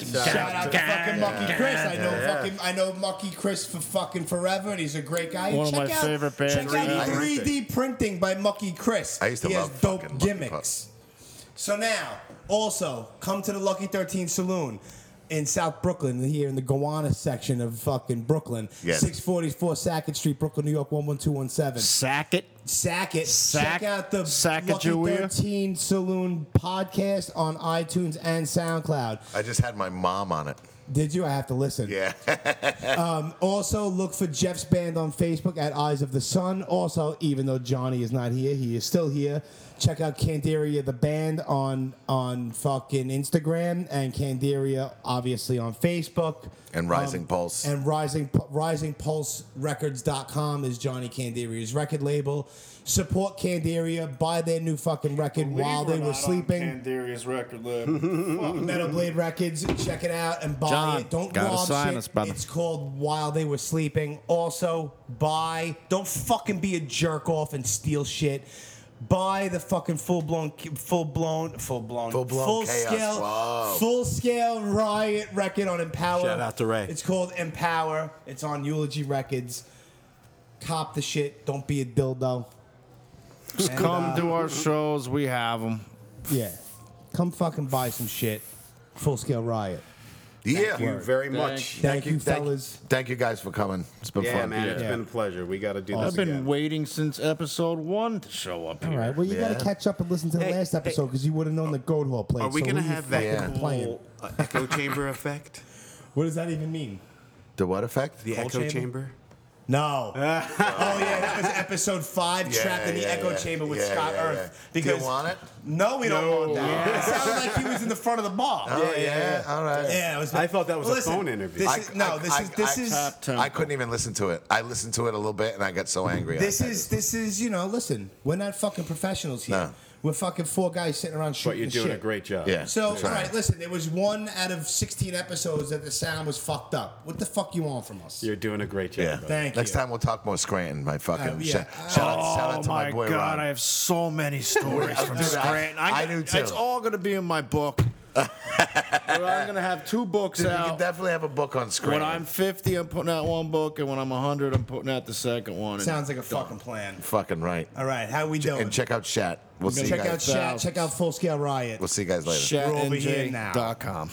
to fucking Mucky Chris. I know fucking I know Mucky Chris for fucking forever, and he's a great guy. One of check my out, favorite bands Check right out now. 3D printing by Mucky Chris. I used to he love has dope fucking Mucky gimmicks. So now, also come to the Lucky Thirteen Saloon. In South Brooklyn, here in the Gowanus section of fucking Brooklyn, Yes. 644 Sackett Street, Brooklyn, New York 11217. Sack it. Sack it. Sack- Check out the Sack it, Lucky Julia. 13 Saloon podcast on iTunes and SoundCloud. I just had my mom on it. Did you? I have to listen. Um, Yeah. Also, look for Jeff's band on Facebook at Eyes of the Sun. Also, even though Johnny is not here, he is still here. Check out Candaria the band on on fucking Instagram and Candaria obviously on Facebook. Um, And Rising Pulse. And Rising Pu- risingpulserecords.com is Johnny Candaria's record label. Support Candaria, buy their new fucking record while they were sleeping. Darius record label. Metal Blade Records. Check it out and buy John, it. Don't gotta rob sign shit. us, brother. It's called While They Were Sleeping. Also, buy. Don't fucking be a jerk off and steal shit. Buy the fucking full blown, full blown, full blown, Full-blown chaos. scale, Whoa. full scale riot record on Empower. Shout out to Ray. It's called Empower. It's on Eulogy Records. Cop the shit. Don't be a dildo. Just uh, come to our shows. We have them. Yeah, come fucking buy some shit. Full scale riot. yeah. Thank you very much. Thank, you, fellas. Thank you guys for coming. It's been Yeah, fun. man, it's Yeah. been a pleasure. We got to do this I've been again. waiting since episode one to show up All here. right. Well, you got Yeah. to catch up and listen to the Hey, last episode because you would have known the goat hall played. Are we so gonna what you have that fucking Yeah. Playing? cool uh, echo chamber effect? What does that even mean? The what effect? The Cold echo chamber? chamber? No. oh yeah, that was episode five, Yeah, trapped in the yeah, echo yeah. chamber with Yeah, Scott yeah, Earth. yeah. Do you Because want it? no, we don't want that. It sounded like he was in the front of the bar. Oh, yeah. All right. Yeah, it was. I thought that was a Listen, phone interview. This I- is, no, I- this I- is this I- is I couldn't even listen to it. I listened to it a little bit and I got so angry. This I- I is just- this is you know. Listen, we're not fucking professionals here. No. We're fucking four guys sitting around shooting. But you're the doing shit. a great job. Yeah. So, all That's right. right, listen. There was one out of sixteen episodes that the sound was fucked up. What the fuck you want from us? You're doing a great job. Yeah. brother. Thank Next you. time we'll talk more Scranton. My fucking Uh, yeah. shout, shout out, shout out to Oh Oh my, boy Ron. have so many stories Dude, I- I do too. It's all going to be in my book. Well, I'm gonna have two books Dude, you can out. definitely have a book on screen. When I'm 50, I'm putting out one book, and when I'm 100, I'm putting out the second one. And Sounds like a fucking plan. fucking right. All right, how we doing? And check out chat. We'll see check you guys. out chat. Check out Full Scale Riot. We'll see you guys later. We're over here now. chatnj.com.